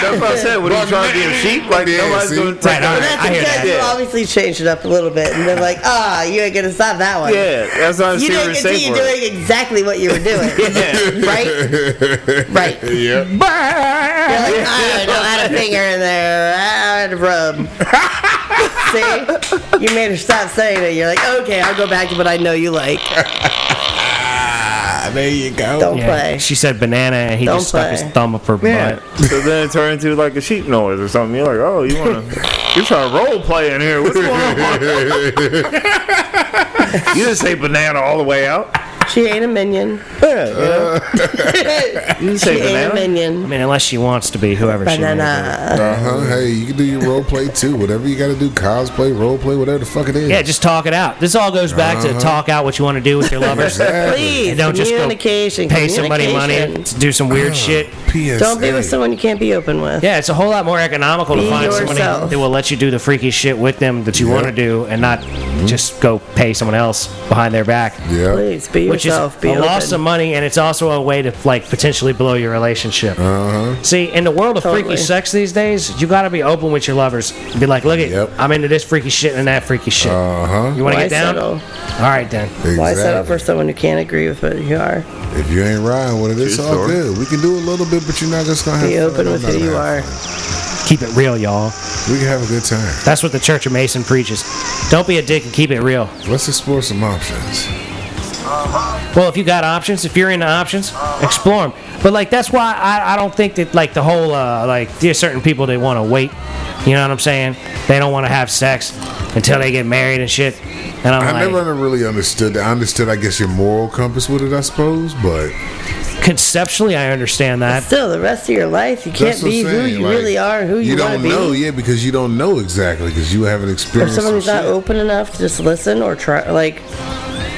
That's banana. what I said. What are you trying to be a sheep? Like Yeah, nobody's see? going to Right, take all that. right, That's I hear because that. you Yeah. obviously changed it up a little bit, and they're like, "Ah, you ain't gonna stop that one." Yeah, that's not a you didn't serious continue safe word. doing exactly what you were doing, Yeah. right? Right. yeah. You're like, "Ah, I don't know, I had a finger in there, Ah, I had a rub. See, you made her stop saying it. You're like, "Okay, I'll go back to what I know you like." Ah, there you go. Don't Yeah, play. She said banana, and he Don't just stuck play. his thumb up her Yeah. butt. so then it turned into like a sheep noise or something. You're like, oh, you want to? You're trying to role play in here. What's going on? you just say banana all the way out. She ain't a minion. Yeah, you know? you say she ain't banana? a I minion. mean, unless she wants to be, whoever she may be. Banana. Uh huh. Hey, you can do your role play too. Whatever you got to do, cosplay, role play, whatever the fuck it is. Yeah, just talk it out. This all goes back to talk out what you want to do with your lovers. Uh-huh. Exactly. Please, And don't just go communication. Pay somebody money communication. to do some uh, weird shit. PSA. Don't be with someone you can't be open with. Yeah, it's a whole lot more economical to Be find somebody yourself. that will let you do the freaky shit with them that you Yeah. Mm-hmm. want to do and not just go pay someone else behind their back. Yeah. Please be Which is yourself. a be open. loss of money, and it's also a way to like potentially blow your relationship. Uh huh. See, in the world of Totally. freaky sex these days, you got to be open with your lovers. Be like, look, it, Yep. I'm into this freaky shit and that freaky shit. Uh huh. you want to Why get down? settle? All right, then. Why settle for Exactly. someone who can't agree with what you are? If you ain't riding with it, it's True all story. good. We can do a little bit, but you're not just gonna have Be fun. open I'm with not who you gonna have are. fun. Keep it real, y'all. We can have a good time. That's what the Church of Mason preaches. Don't be a dick and keep it real. Let's explore some options. Well, if you got options, if you're into options, explore them. But like that's why I, I don't think that like the whole uh, like there's certain people that want to wait. You know what I'm saying? They don't want to have sex until they get married and shit. And I'm I like, never really understood that. I understood, I guess, your moral compass with it, I suppose, but conceptually, I understand that. Still, the rest of your life, you that's can't what I'm be who saying, you like, really are, who you, want to don't be. know, yeah, because you don't know exactly because you haven't If experienced. someone's some not shit. open enough to just listen or try, like,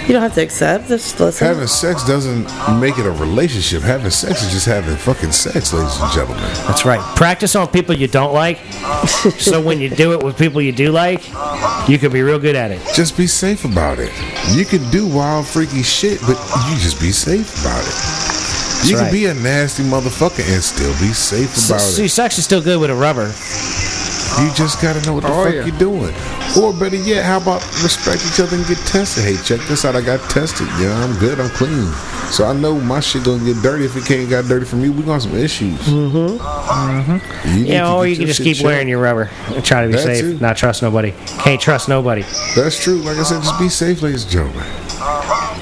you don't have to accept. Just listen. Having sex doesn't make it a relationship. Having sex is just having fucking sex, ladies and gentlemen. That's right. Practice on people you don't like, so when you do it with people you do like, you can be real good at it. Just be safe about it. You can do wild, freaky shit, but you just be safe about it. You That's right. can be a nasty motherfucker and still be safe So, about see, it. sex is still good with a rubber. You just gotta know what the Oh, fuck yeah. you're doing. Or better yet, how about respect each other and get tested? Hey, check this out. I got tested. Yeah, I'm good. I'm clean. So I know my shit gonna get dirty. If it can't got dirty from you, we gonna have some issues. Mm-hmm. Mm-hmm. You need Yeah, to or get you can your just shit keep checked. wearing your rubber and try to be That safe. too. Not trust nobody. Can't trust nobody. That's true. Like I said, just be safe, ladies and gentlemen.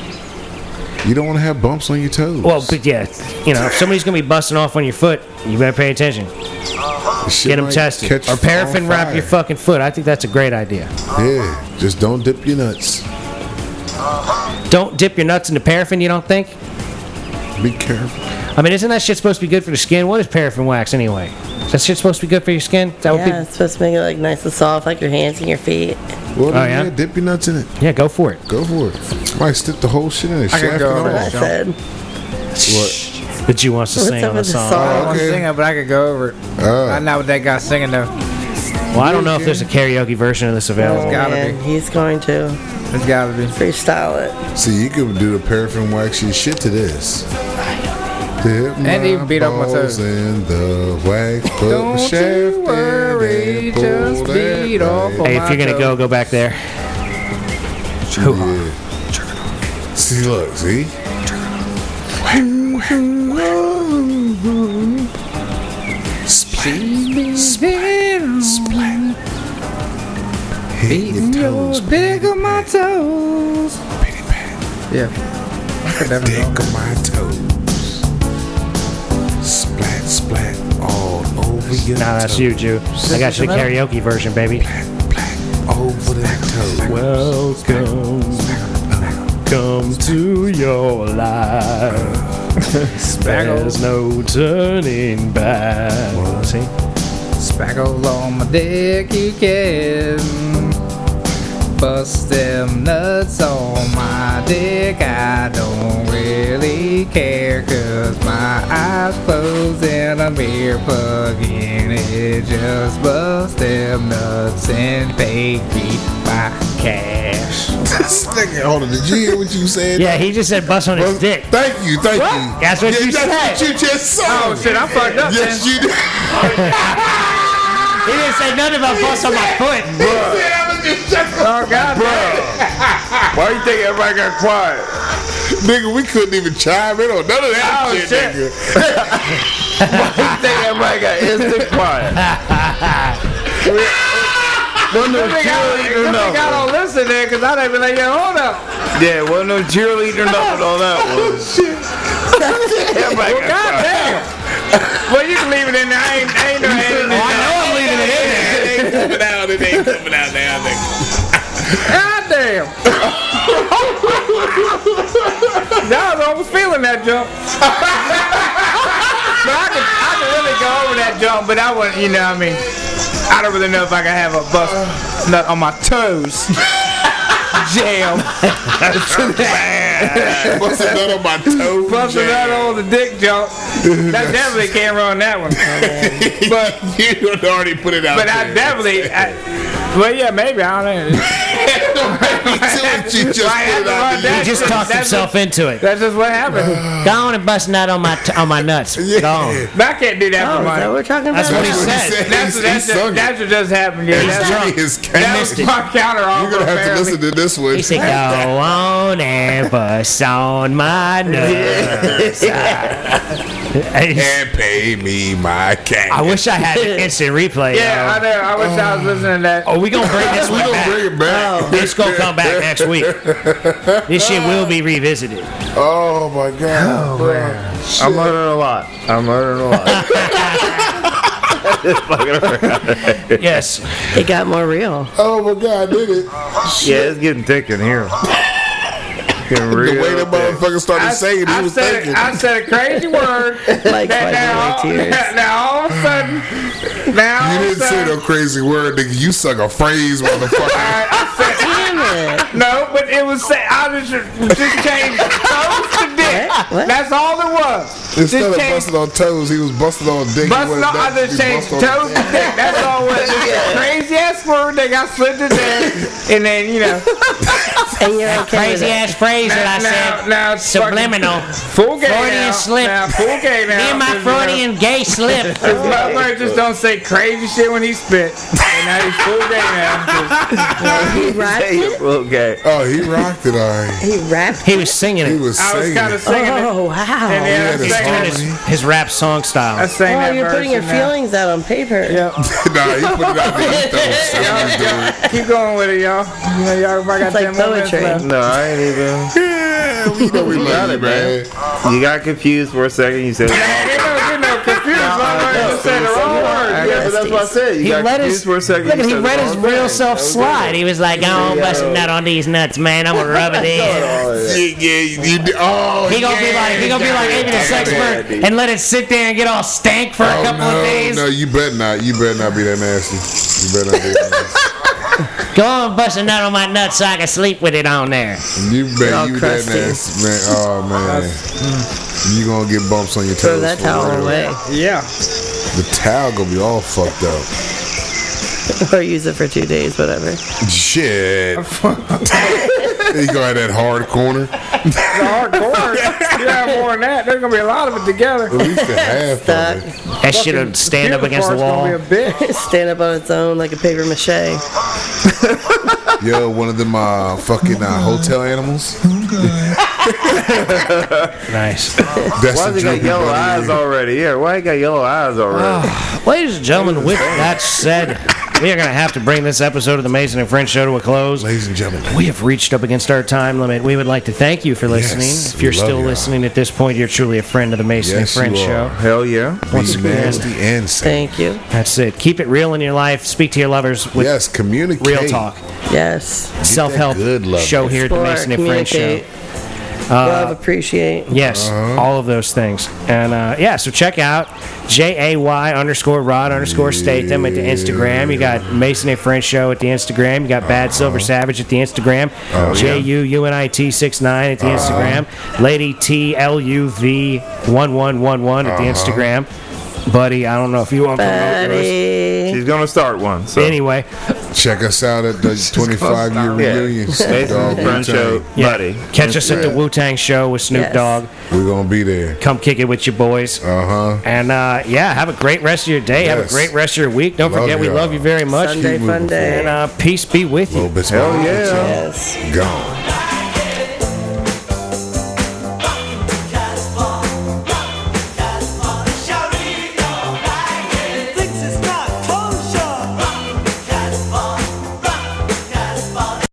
You don't want to have bumps on your toes. Well, but yeah, you know, if somebody's gonna be busting off on your foot, you better pay attention. Shit Get them might tested, catch or on paraffin wrap fire. your fucking foot. I think that's a great idea. Yeah, just don't dip your nuts. Don't dip your nuts into paraffin. You don't think? Be careful. I mean, isn't that shit supposed to be good for the skin? What is paraffin wax anyway? Is that shit supposed to be good for your skin? Is that what yeah, it's supposed to make it like nice and soft, like your hands and your feet. Well, then, Oh, yeah? yeah, dip your nuts in it. people- yeah, go for it. Go for it. Might stick the whole shit in it. I can Shaft go it over off. What I Don't- said. The Jew wants to What's sing up on the with the song. song? I don't want to Oh, Okay. sing it, but I could go over it. Ah. I know what that guy's singing though. Well, I don't know if there's a karaoke version of this Oh, available. Gotta Man, he's going to It's gotta be. freestyle it. See, you could do the paraffin wax your shit to this. Dip And even beat up my balls toes. in the wax, put Don't my you shaft in and worry, pull just that beat off thing. on Hey, if you're gonna go, go back there. Hoo-ha. Yeah. See, look, see? Spin, splat. Eating yours, big on my toes. Pity pat. Yeah. I could never Dick know. on my toes. Splat, splat, all over your Nah, that's toes. you, Jew. I got you the karaoke version, baby. Splat, splat, over the toes. Welcome, come to your life. There's Spaggles, no turning back. See? spaggles on my dick, you can. Bust them nuts on my dick, I don't really care, cause my eyes closed and I'm here plugging it. Just bust them nuts and pay me my cash. This nigga, hold on, did you hear what you said? Yeah, he just said bust on his dick. Thank you, thank you. That's what yeah, you that's said. Oh, What you just said. I fucked up. Yes, you did. He didn't say nothing about bust on my foot. Oh, God. Why you think everybody got quiet? nigga, we couldn't even chime in on none of that Oh, shit, shit. nigga. You think everybody got instant quiet? One no cheerleader I number. got to listen there because I'd be like, yo, hold up. Yeah, one no cheerleader number on that one. Everybody got God quiet. damn. well, you can leave it in there. I ain't, I ain't no editing it. I'm leaving it in there. It ain't coming out, it ain't coming out now, nigga. God damn. now I was almost feeling that jump. but I could, I could really go over that jump, but I wouldn't, you know what I mean? I don't really know if I can have a bust nut on my toes. Jam. Bust a nut on my toes. Bust a nut on the dick jump. That definitely can't run that one. But you done already put it out But there. I definitely, I, well, yeah, maybe I don't know. you just Why put it out after there. He all just That's- talked that's- himself into it. That's just what happened. Go on and bust nut on my t- on my nuts. Yeah. Go on. But I can't do that Oh, for is that what money. we're talking about? That's what he That's what he said. said. That's He's- he's that's just, sung that's what just happened. Yeah, that's drunk. His that was You're my counter offer. gonna have to apparently. listen to this He one. said, "Go on and bust on my nuts." And pay me my cash. I wish I had an instant replay. Yeah, I yo. know. I wish I was listening to that. Oh, we gonna bring this we one gonna back. bring it back. It's gonna come back next week. This shit will be revisited. Oh my god. I'm learning a lot. I'm learning a lot. Yes. It got more real. Oh my god, did it? Yeah, it's getting thick in here. Getting The real way that thick. motherfucker started I, saying it, he I was said, thinking. I said a crazy word. Like, that now, like, tears. now all of a sudden, now you all of a didn't say sudden, no crazy word, nigga. You suck a phrase, motherfucker. I said, Damn it. No, but it was say I just just changed toes to dick. What? What? That's all it was. Instead of just change- busting on toes, he was busting on dick. He wanted Busting that on, I to just be changed busted on toes to dick. dick. That's all it was. It's a crazy ass word that got slipped in there, and then you know, And you're okay with Crazy it. ass phrase that I now, said. now it's fucking Subliminal. Full gay Freudian now. slip. Now, full gay now. Me and my You know, Freudian gay slip. His mother just don't say crazy shit when he spit, and now he's full gay now. He rocked Hey, it. okay. Oh, he rocked it, all right. He rapped. He was singing He it. was I was saying kind of it. singing it. Oh, And wow. then Yeah, I'm this whole- singing it. His, his rap song I style. sang Oh, that you're putting your version now. feelings out on paper. Yeah. nah, he put it out there. He thought he was saying he was doing it. Keep going with it, y'all. You know, y'all probably got It's like 10 more minutes poetry. left. No, I ain't even. Yeah, we know we Got love you, it, man. man. You got confused for a second. You said. You know, you know, confused. I just said the wrong I word. guess that's what I said. You He got let confused his for a second. look you at he said the let his "Oh, wrong real thing. self That was slide. good. He was like, "Go on, bust a nut on these nuts, man. I'm gonna rub it in." Oh, yeah. Yeah, yeah, you did. Oh, He gonna be yeah, like he gonna be like yeah, Amy the yeah, sex yeah. bird and let it sit there and get all stank for a Oh, couple no, of days. No, you better not. You better not be that nasty. You better not be that nasty. Go on, bust a nut on my nut so I can sleep with it on there. You all bet you that crusty. nasty, man. Oh man, you gonna get bumps on your toes. Throw that for towel real. away. Yeah. The towel gonna be all fucked up. Or use it for two days, whatever. Shit. you gonna have that hard corner. The hardcore. you have more than that. There's going to be a lot of it together. At least the half Stuck. of it. That shit'll stand up Computer against the part's wall. Gonna be a bitch. Stand up on its own like a paper mache. Yo, one of them uh, fucking uh, hotel animals. Nice. That's Why the he got droopy yellow bunny. eyes already? Yeah, why he got yellow eyes already? Ladies and gentlemen, with that said, we are going to have to bring this episode of the Mason and French Show to a close. Ladies and gentlemen, We have reached up against our time limit. We would like to thank you for listening. Yes, if you're we love still y'all. listening at this point, you're truly a friend of the Mason Yes, and Friend you Show. are. Hell yeah. Once be again, nasty and safe. Thank you. that's it. Keep it real in your life. Speak to your lovers with Yes, communicate. real talk. Yes. Self help good love. show here at the Mason and Friend Show. Uh, communicate, love, appreciate. Yes, all of those things. And uh, yeah, so check out J A Y underscore Rod underscore Statham at the Instagram. You got Mason A. French Show at the Instagram. You got Bad Silver Savage at the Instagram. J U U N I T 6 9 at the Instagram. Lady T L U V 1111 at the Instagram. Buddy, I don't know if you want to promote yours. Buddy. He's gonna start one. So Anyway, Check us out at the 25 year yeah. reunion. Snoop Mason Dogg Friend Show, Wu-Tang. yeah, buddy. catch us at the Wu Tang Show with Snoop Yes. Dogg. We're gonna be there. Come kick it with your boys. Uh huh. And uh, yeah, have a great rest of your day. Have a Yes. great rest of your week. Don't Love forget, we y'all. love you very much. Sunday keep fun moving And day. uh, peace be with you. Little bit Hell yeah. Yes. Gone.